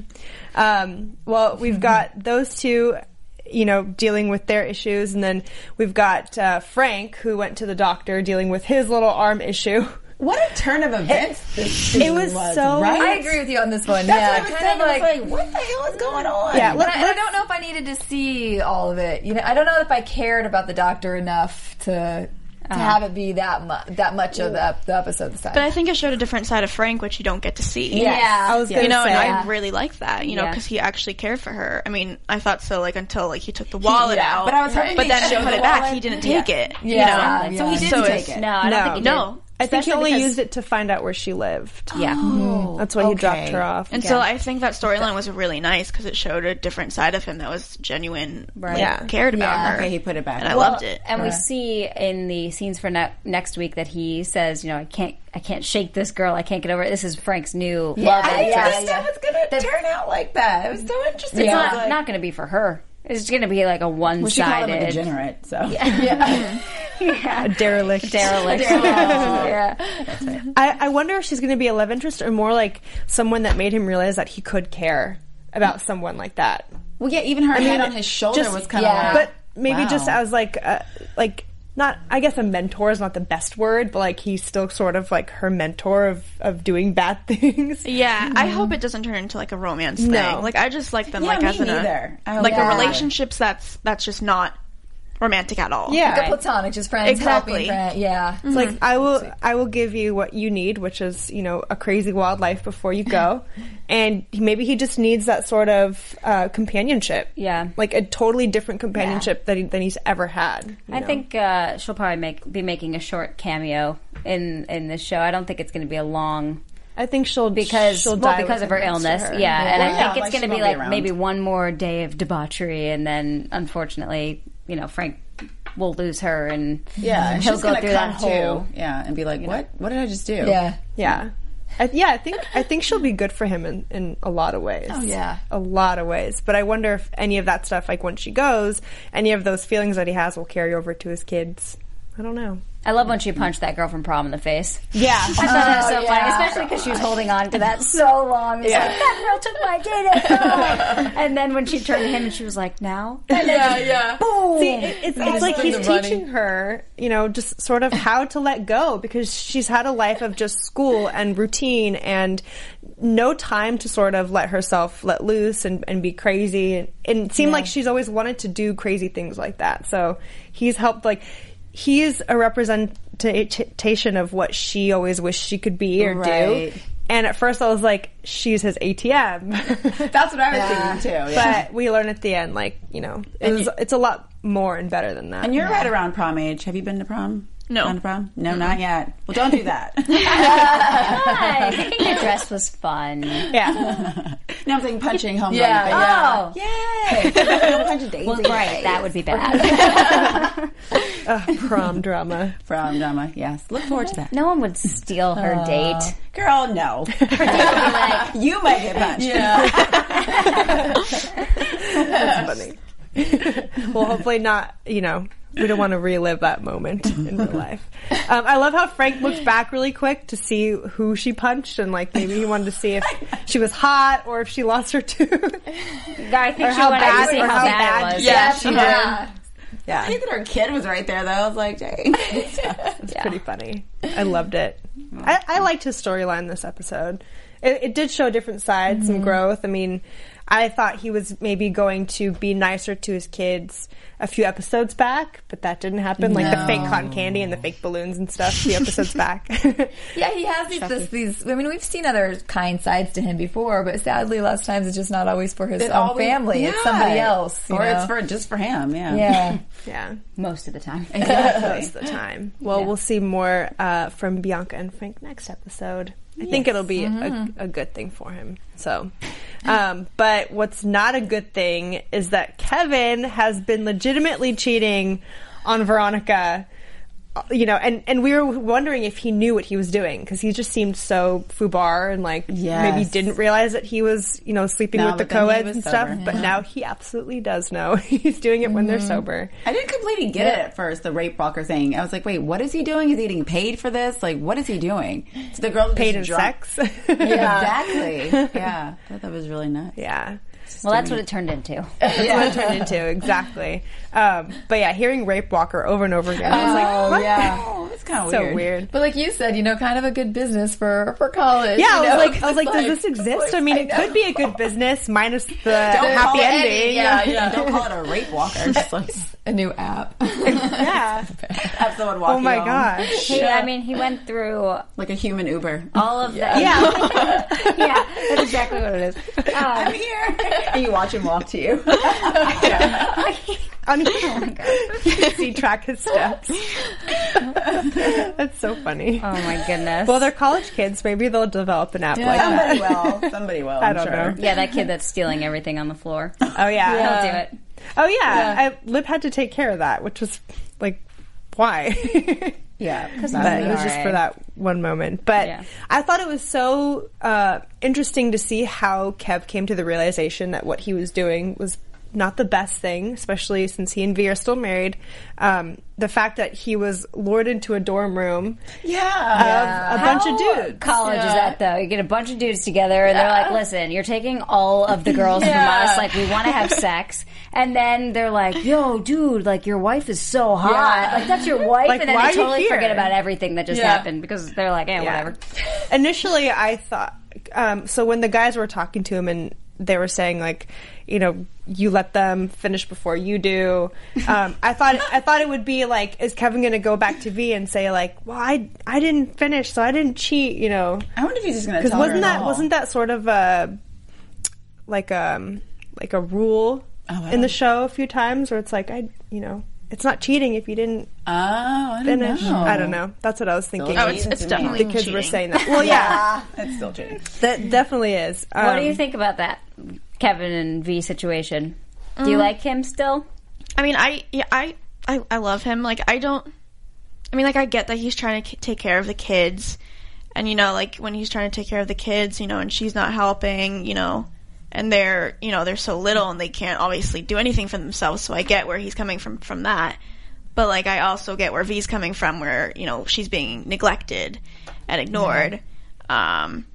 Um, well, we've got those two, you know, dealing with their issues, and then we've got uh, Frank, who went to the doctor dealing with his little arm issue. What a turn of events this It was so- right? I I agree with you on this one. That's yeah, what kind I'm of saying. like, It's like, what the hell is going on? Yeah, let, but I, I don't know if I needed to see all of it. You know, I don't know if I cared about the doctor enough to to Uh-huh. have it be that mu- that much of the, ep- the episode this time. But I think it showed a different side of Frank, which you don't get to see. Yes. Yeah. I was gonna You know, say, and I really like that, you know, Yeah. because he actually cared for her. I mean, I thought so, like, until, like, he took the wallet yeah. out. But I was hoping But they'd then show when he put the it back, wallet. he didn't Yeah. take it. Yeah. You know? So he didn't so take it's- it. No, I don't No. think he did. No. I think he Especially only because- used it to find out where she lived. Yeah. Oh, That's why he dropped her off. And so I think that storyline was really nice because it showed a different side of him that was genuine, right? Yeah. Cared about Yeah. her. Okay, he put it back. and I Well, loved it. And we see in the scenes for ne- next week that he says, you know, I can't, I can't shake this girl. I can't get over it. This is Frank's new love I didn't interest. I didn't understand it's gonna turn out like that. It was so interesting. It's not, not going to be for her. It's going to be like a Well, she called him a one-sided degenerate, so A derelict. derelict. yeah. I, I wonder if she's going to be a love interest or more like someone that made him realize that he could care about someone like that. well, yeah. Even her hand on his shoulder Just- was kind of like, but maybe wow. just as like a, like not I guess a mentor is not the best word, but like he's still sort of like her mentor of of doing bad *laughs* things. Yeah, I hope it doesn't turn into like a romance thing. Like I just like them Mm-hmm. Yeah, like me as in neither. I a hope like not. a relationships that's that's just not romantic at all. Yeah. Mm-hmm. Like a platonic, just friends Exactly. helping. Friend. Yeah. It's like I will I will give you what you need, which is, you know, a crazy wild life before you *laughs* go. and maybe he just needs that sort of uh, companionship. Yeah. Like a totally different companionship that he, than he's ever had. you I know? think uh, she'll probably make be making a short cameo in in this show. I don't think it's going to be a long I think she'll because she'll well die because of her within illness. months to her. Yeah, and I Yeah, think like it's she going to be won't be like around. maybe one more day of debauchery, and then unfortunately, you know, Frank will lose her, and yeah. And he'll she's go gonna through come that whole. to, yeah, and be like, what? What did I just do? *laughs* Yeah. Yeah. I, yeah, I think I think she'll be good for him in, in a lot of ways. Oh yeah. a lot of ways. But I wonder if any of that stuff, like when she goes, any of those feelings that he has, will carry over to his kids. I don't know. I love when she punched that girl from prom in the face. Yeah, Oh, I thought that was so funny, especially because she was holding on to that so long. It's like that girl took *laughs* my data, and then when she turned to him and she was like, "Now, Yeah. Yeah. See, it- it's, it's like he's teaching her, you know, just sort of how to let go because she's had a life of just school and routine and no time to sort of let herself let loose and, and be crazy. And, and it seemed like she's always wanted to do crazy things like that. So he's helped, like, he's a representation of what she always wished she could be or Right. do. And at first I was like, she's his *laughs* ATM. That's what I was thinking too. Yeah. but we learn at the end, like you know, it was, it's a lot more and better than that. And you're right around prom age. Have you been to prom? No. Gone to prom? No, not yet. Well, don't do that. *laughs* hi." Uh, I think the dress was fun. yeah, now I'm saying punching home. Yeah. Oh, *laughs* Yay! Don't punch a daisy. well, right, that would be bad. *laughs* Ugh, *laughs* prom drama. Prom drama. Yes. Look forward *laughs* to that. no one would steal her Uh. *laughs* date. Girl, no. *laughs* Like, you might get punched. That's funny. well, hopefully not. You know, we don't want to relive that moment in real life. Um, I love how Frank looked back really quick to see who she punched, and like maybe he wanted to see if she was hot or if she lost her *laughs* tooth. I think Or she how wanted bad- to see or how, how bad, bad- it was. Yeah, She did. I think *laughs* that her kid was right there, though. I was like, dang. It's pretty funny. I loved it. I, I liked his storyline this episode. It, it did show different sides and growth. I mean, I thought he was maybe going to be nicer to his kids a few episodes back, but that didn't happen. Like the fake cotton candy and the fake balloons and stuff. A few episodes back. *laughs* Yeah, he has these, this, these. I mean, we've seen other kind sides to him before, but sadly, lots of times it's just not always for his It own always- family. Yeah. It's somebody else, you Or know? it's for just for him. *laughs* Yeah. yeah. yeah, Most of the time. most of the time. *laughs* Well, we'll see more uh, from Bianca and Frank next episode. I think it'll be Mm-hmm. a, a good thing for him. So, um, but what's not a good thing is that Kevin has been legitimately cheating on Veronica. uh, You know, and and we were wondering if he knew what he was doing because he just seemed so foobar and like maybe Yes. didn't realize that he was you know sleeping No, with the but then he co-eds was and stuff. sober. Mm-hmm. But now he absolutely does know. *laughs* He's doing it when they're sober. I didn't completely get it at first, the rape walker thing. I was like, wait, what is he doing? Is he getting paid for this? Like, what is he doing? So the girl Paid just in drunk- sex. Yeah. Exactly. *laughs* Yeah. I thought that was really nuts. Yeah. Well, that's what it turned into. That's what it turned into, exactly. Um, but yeah, hearing Rape Walker over and over again, I was like, what? Oh, Yeah. It's kind of so weird. weird. But like you said, you know, kind of a good business for for college. Yeah, I you was know, like, I was *laughs* 'cause, like, does this exist? I mean, it could be a good business minus the Don't happy call it any- ending. yeah, *laughs* yeah. Don't call it a rape *laughs* walker. Just like a new app. Yeah. have someone walking. Oh my home. *laughs* gosh. He, I mean, he went through Like a human *laughs* Uber. all of the. Yeah. *laughs* yeah, that's *laughs* exactly what it is. Um, I'm here. and you watch him walk to you. I mean, *laughs* he track his steps. *laughs* That's so funny. Oh my goodness. Well, they're college kids. Maybe they'll develop an app like that. Somebody will. *laughs* Somebody will. I I'm don't sure. know. yeah, that kid that's stealing everything on the floor. Oh yeah. He'll do it. Oh yeah. I, Lib had to take care of that, which was like, why? Yeah. but it was just for that one moment. But Yeah. I thought it was so uh, interesting to see how Kev came to the realization that what he was doing was not the best thing, especially since he and V are still married. Um, the fact that he was lured into a dorm room of Yeah. a bunch of How dudes. College is that though? You get a bunch of dudes together, and they're like, "Listen, you're taking all of the girls from us. Like, we want to have sex." And then they're like, "Yo, dude, like your wife is so hot. Like that's your wife." Like, and then why are they you totally here? forget about everything that just Yeah. happened because they're like, "Eh, Yeah. whatever." Initially, I thought um, so when the guys were talking to him and they were saying like, you know, you let them finish before you do. Um, I thought I thought it would be like, is Kevin going to go back to V and say like, well, I I didn't finish, so I didn't cheat, you know? I wonder if he's just going to Because tell her wasn't at that all. wasn't that sort of a like um like a rule I in the don't- show a few times where it's like I you know it's not cheating if you didn't Oh, I don't finish. know. I don't know. That's what I was thinking. Oh, it's, it's Mm-hmm. definitely the kids cheating. were saying that. Well, yeah. It's still cheating. That definitely is. What Um, do you think about that Kevin and V situation? Do Mm. you like him still? I mean, I yeah, I, I I love him. Like I don't. I mean, like I get that he's trying to k- take care of the kids, and you know, like when he's trying to take care of the kids, you know, and she's not helping, you know, and they're you know they're so little and they can't obviously do anything for themselves. So I get where he's coming from from that, but like I also get where V's coming from, where you know she's being neglected and ignored. Um,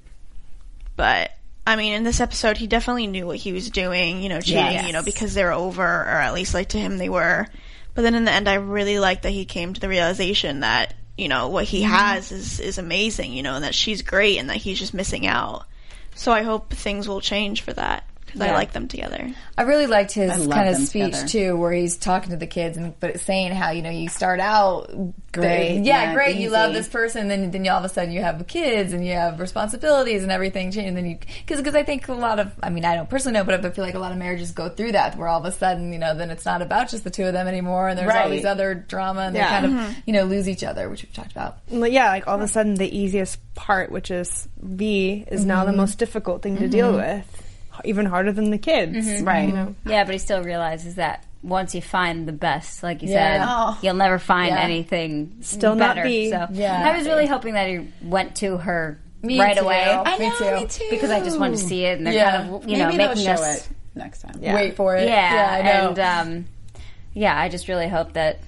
but I mean, in this episode, he definitely knew what he was doing, you know, cheating, you know, because they were over, or at least like to him they were. But then in the end, I really liked that he came to the realization that you know what he has is is amazing, you know, and that she's great, and that he's just missing out. So I hope things will change for that because I like them together. I really liked his love kind of them speech together. too, where he's talking to the kids and but it's saying how you know you start out Great, the- yeah, yeah, great, you love easy. this person, then then all of a sudden you have kids and you have responsibilities and everything change, and then you because because I think a lot of I mean I don't personally know, but I feel like a lot of marriages go through that where all of a sudden you know then it's not about just the two of them anymore, and there's all Right. these other drama and Yeah. they kind of you know lose each other, which we've talked about. Like, yeah, like all of a sudden the easiest part, which is V, is now the most difficult thing to deal with, even harder than the kids. Right. Yeah, but he still realizes that once you find the best, like you said, Yeah. you'll never find Yeah. anything Still not better. be. So Yeah. I was really hoping that he went to her Me right too. away. I Me know, too. me too. Because I just wanted to see it, and they're Yeah. kind of you know Maybe they'll making show us it next time. Wait for it. yeah, I know. *laughs* and um, yeah, I just really hope that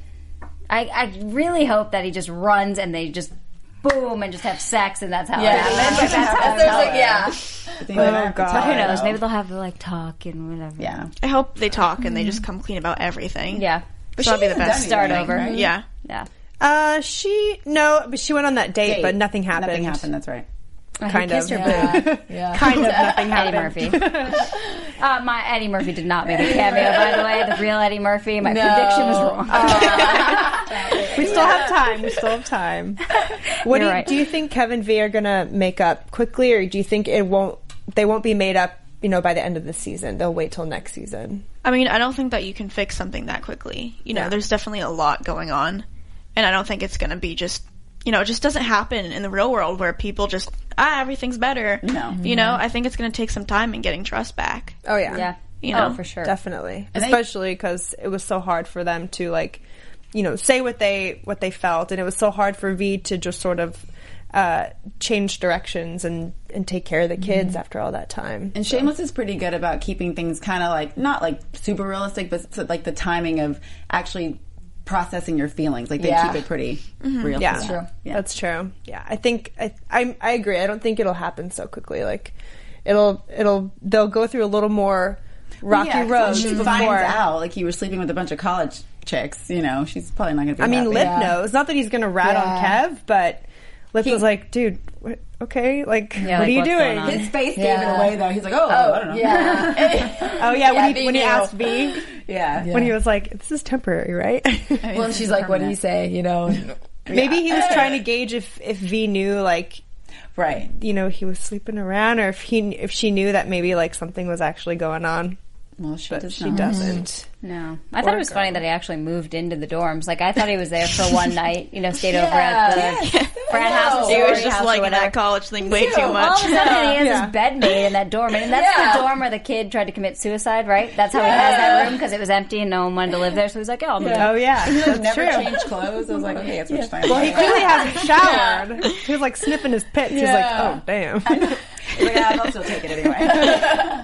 I I really hope that he just runs and they just boom and just have sex and that's how it yeah, happens. that's, like, *laughs* yeah. Oh, God. Who knows? Maybe they'll have like talk and whatever. Yeah. I hope they talk and they just come clean about everything. yeah, so that'd be the best. start over. Yeah, Yeah. Uh, she no, but she went on that date, but nothing happened. Nothing happened. That's right. Kind of. *laughs* yeah. Kind of *laughs* nothing Eddie happened. Murphy. uh, my Eddie Murphy did not make a cameo, by the way. The real Eddie Murphy. My prediction was wrong. We still have time. We still have *laughs* time. What do you, You're right. do you think Kevin V are gonna make up quickly, or do you think it won't? They won't be made up, you know, by the end of the season. They'll wait till next season. I mean, I don't think that you can fix something that quickly. You know, there's definitely a lot going on, and I don't think it's going to be just, you know, it just doesn't happen in the real world where people just ah everything's better. No. you know, I think it's going to take some time in getting trust back. Oh yeah, *laughs* yeah. You oh, know, for sure. definitely they- especially because it was so hard for them to like you know say what they what they felt and it was so hard for v to just sort of uh, change directions and and take care of the kids after all that time Mm-hmm. And Shameless is pretty good about keeping things kind of like not like super realistic, but s- like the timing of actually processing your feelings. Like they Yeah. keep it pretty real. yeah That's that's true yeah i think I, I i agree i don't think it'll happen so quickly like it'll it'll they'll go through a little more rocky yeah, 'cause when roads She before finds out like you were sleeping with a bunch of college chicks. You know, she's probably not going to. be I mean, happy. Lip knows. Not that he's going to rat Yeah. on Kev, but Lip was like, dude, what, okay, like, what like, are you what's going doing? on? His face gave Yeah. it away though. He's like, oh, I don't know. Yeah. Oh yeah, Yeah, when he being when he you. asked V, *laughs* yeah. when he was like, "This is temporary, right?" *laughs* well, she's like, what do you say? You know, Maybe he was trying to gauge if if V knew like Right. you know he was sleeping around, or if he if she knew that maybe like something was actually going on. Well, she but does she not. doesn't. No, I thought it was funny that he actually moved into the dorms. Like I thought he was there for one night. You know, stayed over at the *laughs* frat house. She sorority was just house Oh, or liking whatever. that college thing way too All of a much. sudden, he has his bed made in that dorm, and that's Yeah. the dorm where the kid tried to commit suicide. Right? That's how he has that room because it was empty and no one wanted to live there. So he's like, "Oh, I'll move Oh yeah, I've that's never true. changed clothes. I was like, okay, that's what fine. Well, he clearly hasn't showered. He was like sniffing his pits. Yeah. He's like, oh damn. like, yeah, I'll still take it anyway. *laughs*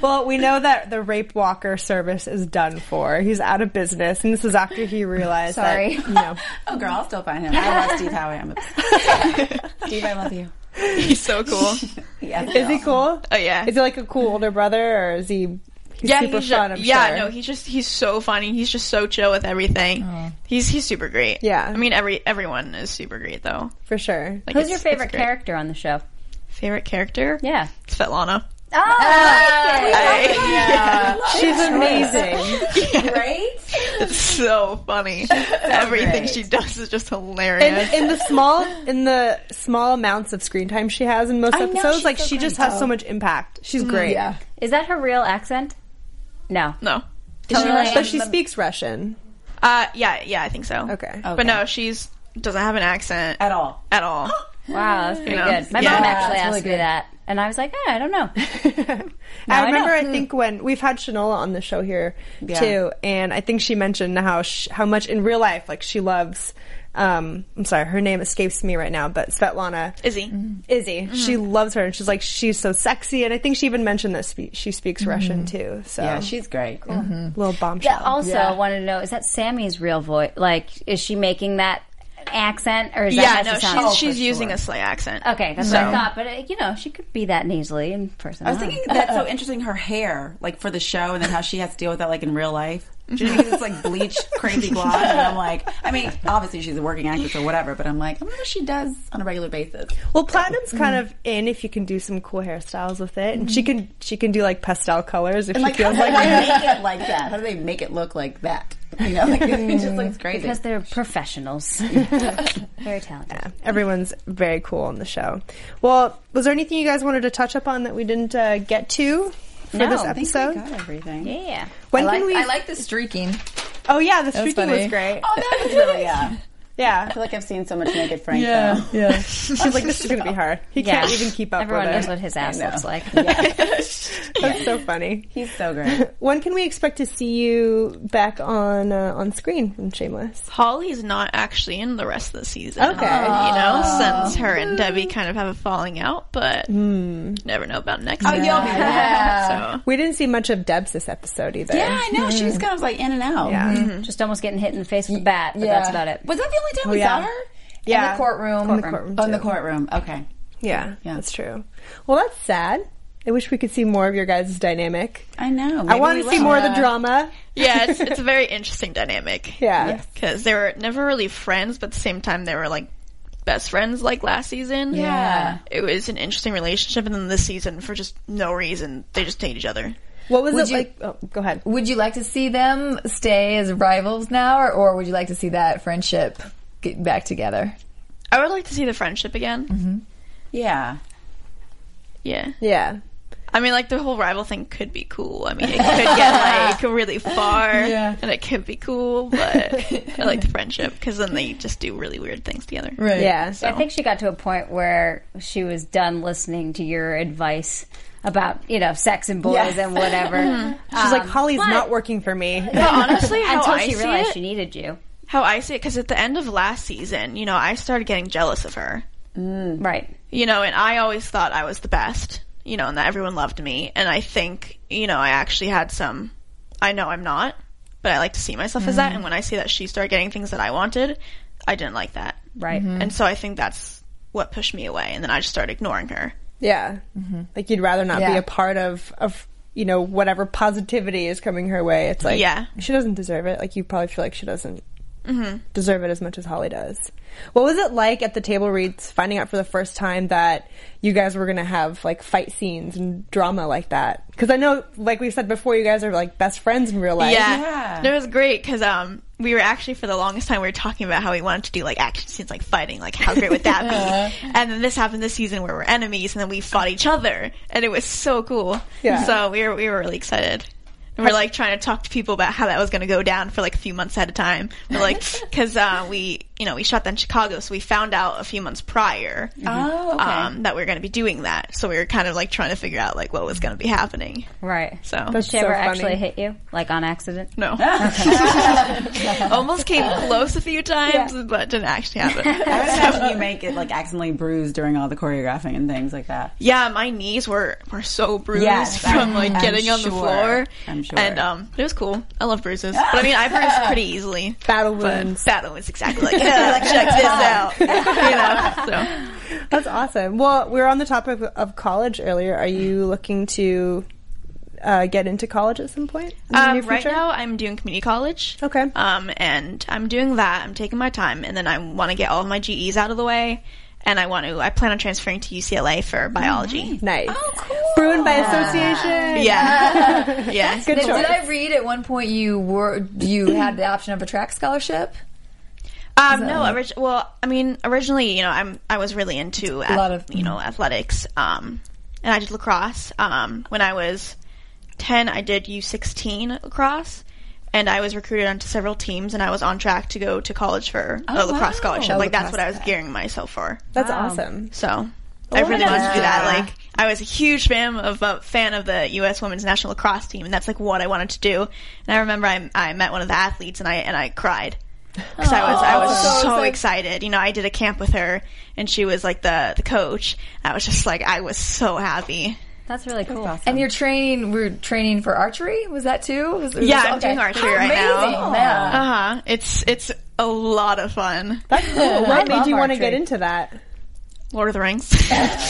Well, we know that the rape walker service is done for. He's out of business, and this is after he realized Sorry. that you know oh, girl, I'll still find him. I love Steve Howe. I'm obsessed. Steve, I love you. *laughs* He's so cool. *laughs* Yeah, is he cool? Oh yeah. Is he like a cool older brother, or is he? He's yeah, super he's fun. Just, I'm yeah, sure. no, he's just he's so funny. He's just so chill with everything. He's he's super great. Yeah. I mean every everyone is super great though. for sure. Like, Who's it's- your it's favorite great. character on the show? Favorite character? Yeah. Svetlana. Oh, I like it. She's amazing. It's so *laughs* funny. everything she does is just hilarious. And in the small in the small amounts of screen time she has in most episodes, like she just has so much impact. She's great. Yeah. Is that her real accent? No. no. But she speaks Russian. *laughs* Uh yeah, yeah, I think so. Okay. Uh, But no, she's doesn't have an accent at all. *gasps* at all. Wow, that's pretty know? good. My Yeah. mom Yeah, actually that's asked really me good. that, and I was like, eh, I don't know. I I remember, I, know. think when we've had Shanola on the show here too, and I think she mentioned how sh how much in real life, like she loves. Um, I'm sorry, her name escapes me right now, but Svetlana Izzy. Izzy, she loves her, and she's like she's so sexy, and I think she even mentioned that spe- she speaks Russian too. So Yeah, she's great. Mm-hmm. little bombshell. Yeah, also, wanted to know is that Sammy's real voice? Like, is she making that accent, or is Yeah, that no, how she she's sounds? she's using a sleigh accent. okay, that's what I thought. But uh, you know, she could be that nasally in person. Oh, I was thinking that's so interesting. Her hair, like for the show, and then how she has to deal with that, like in real life. Do you know, because it's like *laughs* bleached, crazy blonde, and I'm like, I mean, obviously she's a working actress or whatever, but I'm like, I wonder what she does on a regular basis. Well, platinum's kind of in if you can do some cool hairstyles with it, and she can she can do like pastel colors if she Like, how feels do they like *laughs* make it like that? How do they make it look like that? You know, like, *laughs* it just looks crazy. because they're professionals, *laughs* very talented. everyone's very cool on the show. Well, was there anything you guys wanted to touch up on that we didn't uh, get to for No, this I think episode? got everything. Yeah. When I like, can we? I like the streaking. oh yeah, the was streaking was, funny. great. *laughs* It's really, yeah. Yeah, I *laughs* feel like I've seen so much naked Frank. Though. yeah. she's like, this is gonna be hard. He can't even keep up Everyone knows with what it. his ass looks like. *laughs* That's so funny. He's so great. When can we expect to see you back on uh, on screen from Shameless? Holly's not actually in the rest of the season. Okay. You know, since her and Debbie kind of have a falling out, but Hmm. never know about Oh, next season. you'll be yeah. So We didn't see much of Deb's this episode either. Yeah, I know. She was kind of like in and out. Yeah. Just almost getting hit in the face with a bat, but that's about it. Was that the only Oh, time we yeah. saw her? Yeah. the courtroom. In the courtroom. Oh, in the too. courtroom. Okay. Yeah, Yeah. that's true. Well, that's sad. I wish we could see more of your guys' dynamic. I know. I want to see more of the drama. yeah, it's, it's a very interesting dynamic. Yeah. Because they were never really friends, but at the same time, they were like best friends like last season. Yeah. It was an interesting relationship, and then this season, for just no reason, they just hate each other. What was it you- like? Oh, go ahead. Would you like to see them stay as rivals now, or, or would you like to see that friendship get back together? I would like to see the friendship again. Yeah. Yeah. Yeah. I mean, like the whole rival thing could be cool. I mean, it could get like really far, and it could be cool. But I like the friendship because then they just do really weird things together. Right. Yeah. I think she got to a point where she was done listening to your advice about, you know, sex and boys and whatever. She's like, Holly's not working for me. But *laughs* honestly, how Until I she see realized it, she needed you. how I see it, because at the end of last season, you know, I started getting jealous of her. Right. You know, and I always thought I was the best. You know, and that everyone loved me. And I think, you know, I actually had some. I know I'm not, but I like to see myself as that. And when I see that she started getting things that I wanted, I didn't like that. Right. And so I think that's what pushed me away. And then I just started ignoring her. Yeah. Mm-hmm. Like you'd rather not be Yeah. a part of of you know whatever positivity is coming her way. It's like Yeah. Mm-hmm. she doesn't deserve it. Like you probably feel like she doesn't deserve it as much as Holly does. What was it like at the table reads finding out for the first time that you guys were gonna have like fight scenes and drama like that? Because I know, like we said before, you guys are like best friends in real life. Yeah. It was great because um, we were actually, for the longest time, we were talking about how we wanted to do like action scenes, like fighting, like how great would that be? and then this happened this season where we're enemies and then we fought each other. And it was so cool. Yeah. So we were, we were really excited. And we're like trying to talk to people about how that was going to go down for like a few months at a time. We're like, because uh, we, you know, we shot that in Chicago, so we found out a few months prior Oh, okay. um, that we were going to be doing that. So we were kind of like trying to figure out like what was going to be happening. Right. So Did she ever funny. actually hit you, like on accident? *laughs* no, almost came close a few times, but didn't actually happen. I would imagine you may get like accidentally bruised during all the choreographing and things like that. yeah, my knees were were so bruised Yes, from I'm- like I'm getting on sure. the floor. I'm sure. And um, it was cool. I love bruises, but I mean, I bruise pretty easily. Battle But wounds. battle was exactly like, "Yeah, check this out. you know, so. That's awesome. Well, we were on the topic of college earlier. Are you looking to uh, get into college at some point? in the Um, near right future? now, I'm doing community college. Okay. Um, and I'm doing that. I'm taking my time, and then I want to get all of my GEs out of the way, and I want to. I plan on transferring to UCLA for biology. Nice. Oh, cool. Bruin by association. Yeah. yeah. Good Did choice. I read at one point you were *clears throat* you had the option of a track scholarship? Um, no, orig- well, I mean, originally, you know, I'm I was really into a mm-hmm. lot of- you know athletics, um, and I did lacrosse. Um, when I was ten, I did U16 lacrosse, and I was recruited onto several teams, and I was on track to go to college for Oh, a lacrosse scholarship. Like that's what I was gearing myself for. That's awesome. So I uh, really wanted to do that. Like I was a huge fan of uh, fan of the U.S. Women's National Lacrosse Team, and that's like what I wanted to do. And I remember I, I met one of the athletes, and I and I cried because I was I was so, excited. You know, I did a camp with her, and she was like the the coach. I was just like I was so happy. That's really cool. And you're training. We're training for archery. Was that too? Was- was- Yeah, I'm okay. doing archery How right amazing. now. Yeah. Uh huh. It's it's a lot of fun. That's cool. What made love you want to archery. get into that? Lord of the Rings.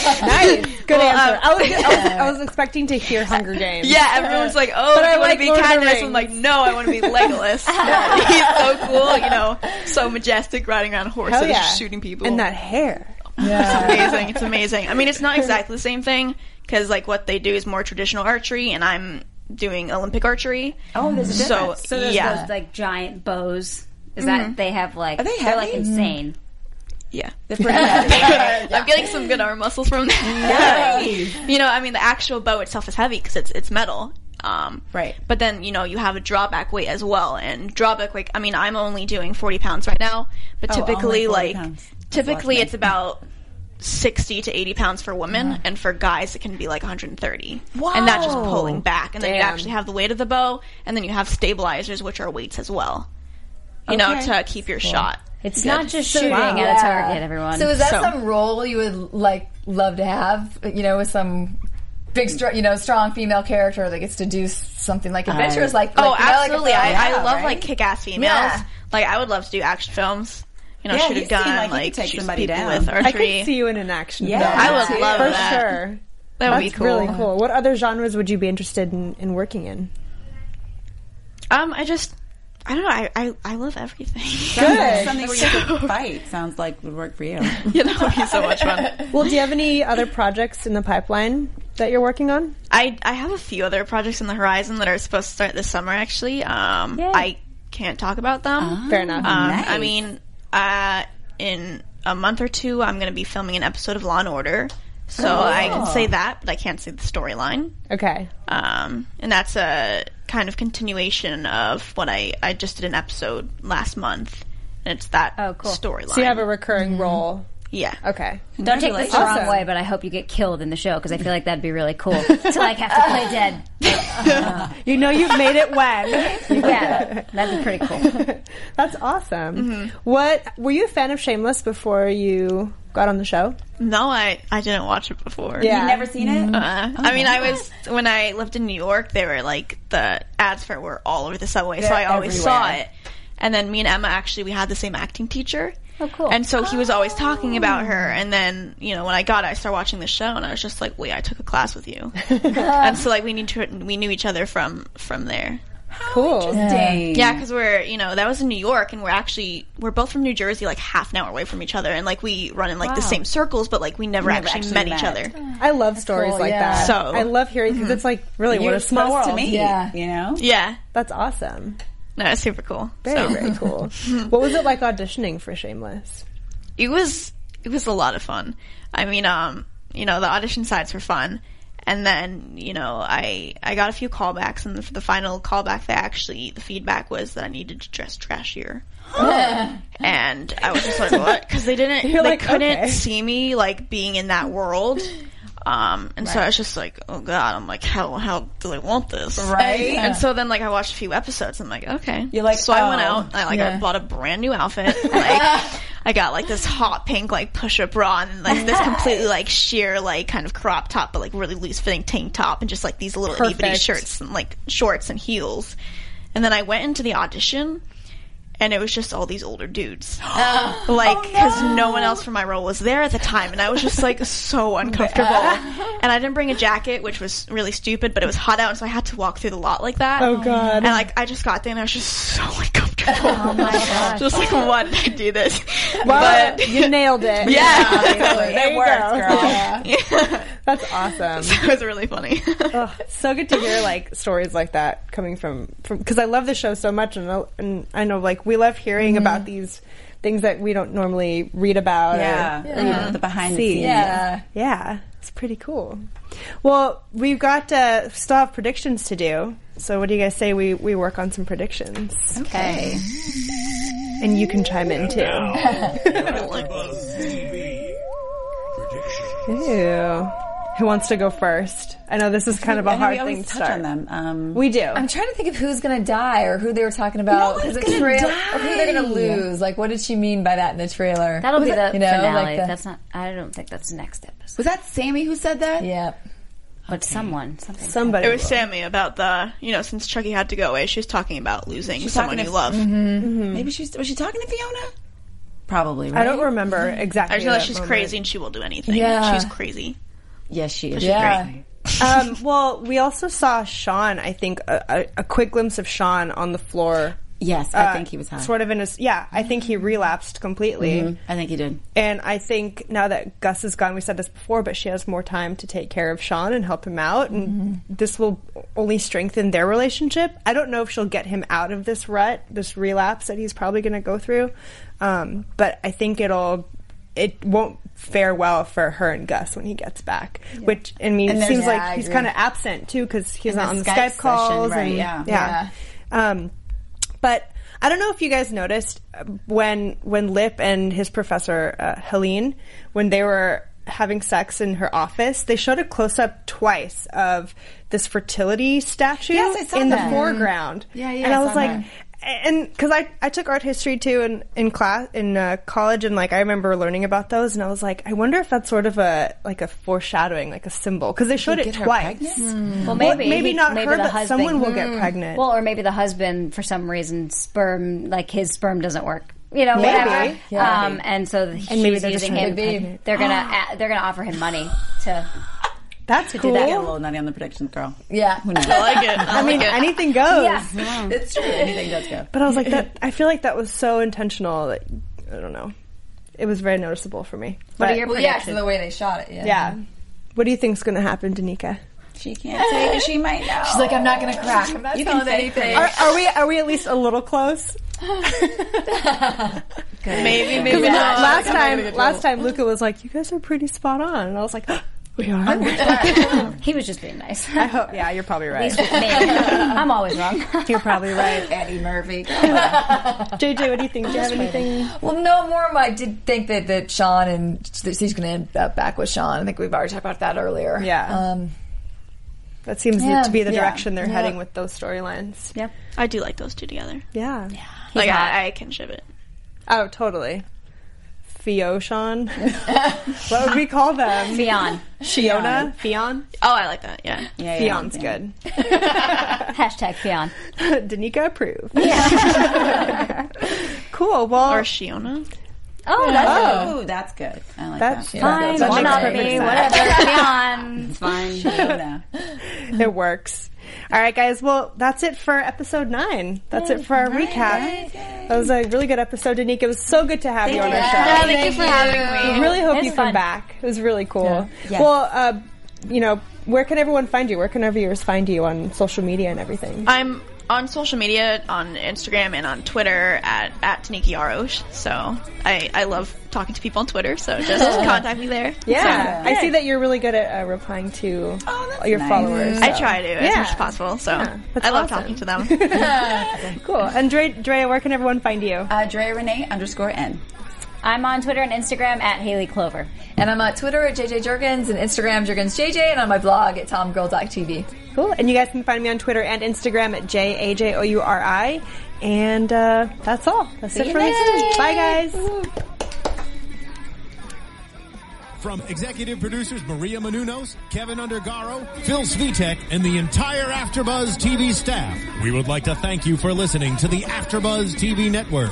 Nice. Good uh, answer. um, I, oh, was, I, *laughs* was, I was expecting to hear Hunger *laughs* Games. Yeah, everyone's like, "Oh, But do I you want like to be Lord of the Katniss?" I'm like, "No, I want to be Legolas. *laughs* He's so cool, you know, so majestic, riding around horses, Hell yeah. shooting people. And that hair. it's amazing. It's amazing. I mean, *laughs* it's not exactly the same thing because like what they do is more traditional archery, and I'm doing Olympic archery. Oh, there's a difference. So, So there's yeah, those like giant bows. Is that they have like? Are they are like heavy? insane. yeah. *laughs* Nice. I'm getting some good arm muscles from that. *laughs* you know, I mean, the actual bow itself is heavy because it's it's metal. Um, Right. But then you know you have a drawback weight as well, and drawback weight. I mean, I'm only doing 40 pounds right now, but Oh, only typically 40 like pounds. That's a lot typically to me. it's about 60 to 80 pounds for women, Uh-huh. and for guys it can be like 130. And that's just pulling back, and then you actually have the weight of the bow, and then you have stabilizers, which are weights as well. You know, to keep your shot. It's not just shooting at Yeah. a target. Everyone. So is that So- some role you would like love to have? You know, with some big, str- you know, strong female character that gets to do s- something like adventures, like, Oh, like, you know, like a absolutely. film. I, I Yeah, love right? like kick ass females. Yeah. Like I would love to do action films. You know, Yeah, shoot you seem a gun, like like, you could take shoot somebody people down. with I I could archery. see you in an action. Yeah. film. I would love for that. sure. That would That's be cool. really cool. What other genres would you be interested in, in working in? Um, I just I don't know, I, I, I love *laughs* everything. *laughs* Good. Something where you could fight sounds like would work for you. yeah, that would be so much fun. Well, do you have any other projects in the pipeline that you're working on? I I have a few other projects on the horizon that are supposed to start this summer actually. Um I can't talk about them. Ah, Fair enough. Um, I mean, uh, in a month or two, I'm going to be filming an episode of Law and Order, so I can say that, but I can't say the storyline. okay. Um, and that's a kind of continuation of what I I just did an episode last month, and it's that Oh, cool. storyline. So you have a recurring role. yeah. Okay. Don't take this the wrong Awesome. way, but I hope you get killed in the show because I feel like that'd be really cool to like have to play dead. You know you've made it when. Yeah, that'd be pretty cool. That's awesome. What were you a fan of Shameless before you got on the show? No, I I didn't watch it before. Yeah. Never seen it? Uh, *laughs* I mean, I was when I lived in New York. They were like the ads for it were all over the subway, so I always saw it. And then me and Emma actually we had the same acting teacher. Oh, cool. And so he was always talking about her. Ah. And then you know when I got it, I started watching the show, and I was just like, wait, I took a class *laughs* with you. and so like we need to we knew each other from from there. Cool. Dang. Yeah, because we're you know that was in New York, and we're actually we're both from New Jersey, like half an hour away from each other, and like we run in like the same circles, but like we never, actually, actually met, met. each other. I love stories like yeah. that. So- I love hearing because it's like really what You're a small supposed world. to meet. Yeah. You know? Yeah, That's awesome. no, it's super cool. Very So- very cool. what was it like auditioning for Shameless? it was it was a lot of fun. I mean, um, you know, the audition sides were fun, And then, you know, I I got a few callbacks, and the, the final callback that actually the feedback was that I needed to dress trashier. *laughs* and I was *laughs* just like, what? Because they didn't, You're they like, couldn't okay. see me like being in *laughs* that world. Um, and so I was just like, oh god, I'm like, how how do they want this? Right. And so then like I watched a few episodes. I'm like, okay. You're like, so I went oh, out. I like yeah. I bought a brand new outfit. *laughs* Like I got like this hot pink like push up bra and like this *laughs* completely like sheer like kind of crop top, but like really loose fitting tank top and just like these little itty bitty Perfect. shirts and like shorts and heels. And then I went into the audition. And it was just all these older dudes, like because no. one else from my role was there at the time, and I was just like so uncomfortable. and I didn't bring a jacket, which was really stupid, but it was hot out, and so I had to walk through the lot like that. Oh, God. And like I just got there, and I was just so *laughs* uncomfortable. Oh my gosh. just like why did I do this? Well, but *laughs* you nailed it. yeah, There It you works, go. girl. That's awesome. *laughs* it was really funny. Ugh, so good to hear like stories like that coming from from because I love the show so much and I, and I know like we love hearing about these things that we don't normally read about. or- Yeah. The behind the See. scenes. Yeah. yeah, it's pretty cool. Well, we've got uh, still have predictions to do. So what do you guys say we we work on some predictions? Okay. And you can chime in too. *laughs* Ew. Who wants to go first? I know this is kind of a I know hard we always thing to touch start. on them. Um, We do. I'm trying to think of who's gonna die or who they were talking about. No one's 'cause the gonna trail- die. Or who they're gonna lose. Like, what did she mean by that in the trailer? That'll be the You know, finale. like the- that's not. I don't think that's the next episode. was that Sammy who said that? Yeah. But someone, something. Somebody. It was Sammy about the you know since Chucky had to go away, she was talking about losing someone talking you to- love. Maybe she's was she talking to Fiona? Probably. Right? I don't remember exactly. I just know that that she's moment. crazy and she will do anything. Yeah. she's crazy. Yes, she is. Yeah. Um, well, we also saw Sean. I think a, a, a quick glimpse of Sean on the floor. Yes, Uh, I think he was high. Uh, Mm-hmm. Sort of in a s- yeah. I think he relapsed completely. I think he did. And I think now that Gus is gone, we said this before, but she has more time to take care of Sean and help him out, and Mm-hmm. this will only strengthen their relationship. I don't know if she'll get him out of this rut, this relapse that he's probably going to go through, um, but I think it'll it won't fare well for her and Gus when he gets back. Which I mean, it there's- seems Yeah, like I he's agree. kind of absent too because he's In not the on the Skype Skype session, calls, right, and- yeah. yeah. Um, but I don't know if you guys noticed uh, when when Lip and his professor uh, Helene, when they were having sex in her office, they showed a close up twice of this fertility statue Yes, I saw in that. the foreground. Yeah, yeah, And I I saw was like. that. And because I, I took art history too in, in class in uh, college and like I remember learning about those and I was like I wonder if that's sort of a like a foreshadowing like a symbol because they showed it get her twice pregnant? Mm. Well, maybe maybe he- not maybe her, the but husband. someone will get pregnant. Well, or maybe the husband, for some reason, sperm like his sperm doesn't work. You know, Maybe. whatever. Yeah. Um, and so and maybe she's they're just using trying him. to get pregnant. They're gonna *gasps* uh, they're gonna offer him money to. that's do cool that. Get a little nutty on the predictions, girl. Yeah. I like *laughs* it. I, I mean like it. anything goes *laughs* it's true. Anything does go. But I was like *laughs* that. I feel like that was so intentional. That I don't know. It was very noticeable for me. What But- are your Well, yeah, predictions? so the way they shot it. Yeah. yeah. What do you think's going to happen, Danica? She can't say because she might know. She's like, I'm not gonna crack. I'm not You can telling fake anything. Are, are we are we at least a little close? *laughs* maybe maybe Because not. last time, last time Luca was like, "You guys are pretty spot on," and I was like, "We are." *laughs* he was just being nice. I hope- yeah, you're probably right. Maybe. I'm always wrong. *laughs* You're probably right. Eddie Murphy. JJ, what do you think? Do you have anything? Well, no, more. I did think that that Sean and that she's going to end up back with Sean. I think we've already talked about that earlier. Yeah. Um, That seems Yeah. to be the Yeah. direction they're Yeah. heading with those storylines. Yep. I do like those two together. Yeah. like hot. I, I can ship it. Oh, totally. Fioshan. what would we call them? Beyond. Fiona. Uh, Fion. Oh, I like that. Yeah. Yeah, yeah. Fion's good. Hashtag Fion. *laughs* Danica approve. *laughs* cool. Well, Or Shiona. Oh, that's Oh, that's good. I like That's- that. yeah. fine. That Why makes not perfect be? sense. Whatever. *laughs* Fion. It's fine. Fiona. it works. All right, guys. Well, that's it for episode nine. That's it for our recap. That was a really good episode, Danica. It was so good to have you on our show. Yeah, thank you for having I really hope It's you come fun. back. It was really cool. Yes. Well, uh, you know, where can everyone find you? Where can our viewers find you on social media and everything? I'm on social media, on Instagram and on Twitter at, at Taniki Arosh. So I, I love talking to people on Twitter, *laughs* so just contact me there. Yeah, I see that you're really good at uh, replying to your followers. I try to as Yeah. much as possible. So that's I love awesome. talking to *laughs* them. Cool. And Dre, Drea, where can everyone find you? Uh, Dre Renee underscore N. I'm on Twitter and Instagram at Haley Clover. And I'm on Twitter at JJ Jurgens and Instagram JurgensJJ and on my blog at TomGirl.tv. Cool. And you guys can find me on Twitter and Instagram at J A J O U R I. And uh, that's all. That's it for me. Bye, guys. From executive producers Maria Manunos, Kevin Undergaro, Phil Svitek, and the entire Afterbuzz TV staff, we would like to thank you for listening to the Afterbuzz TV network.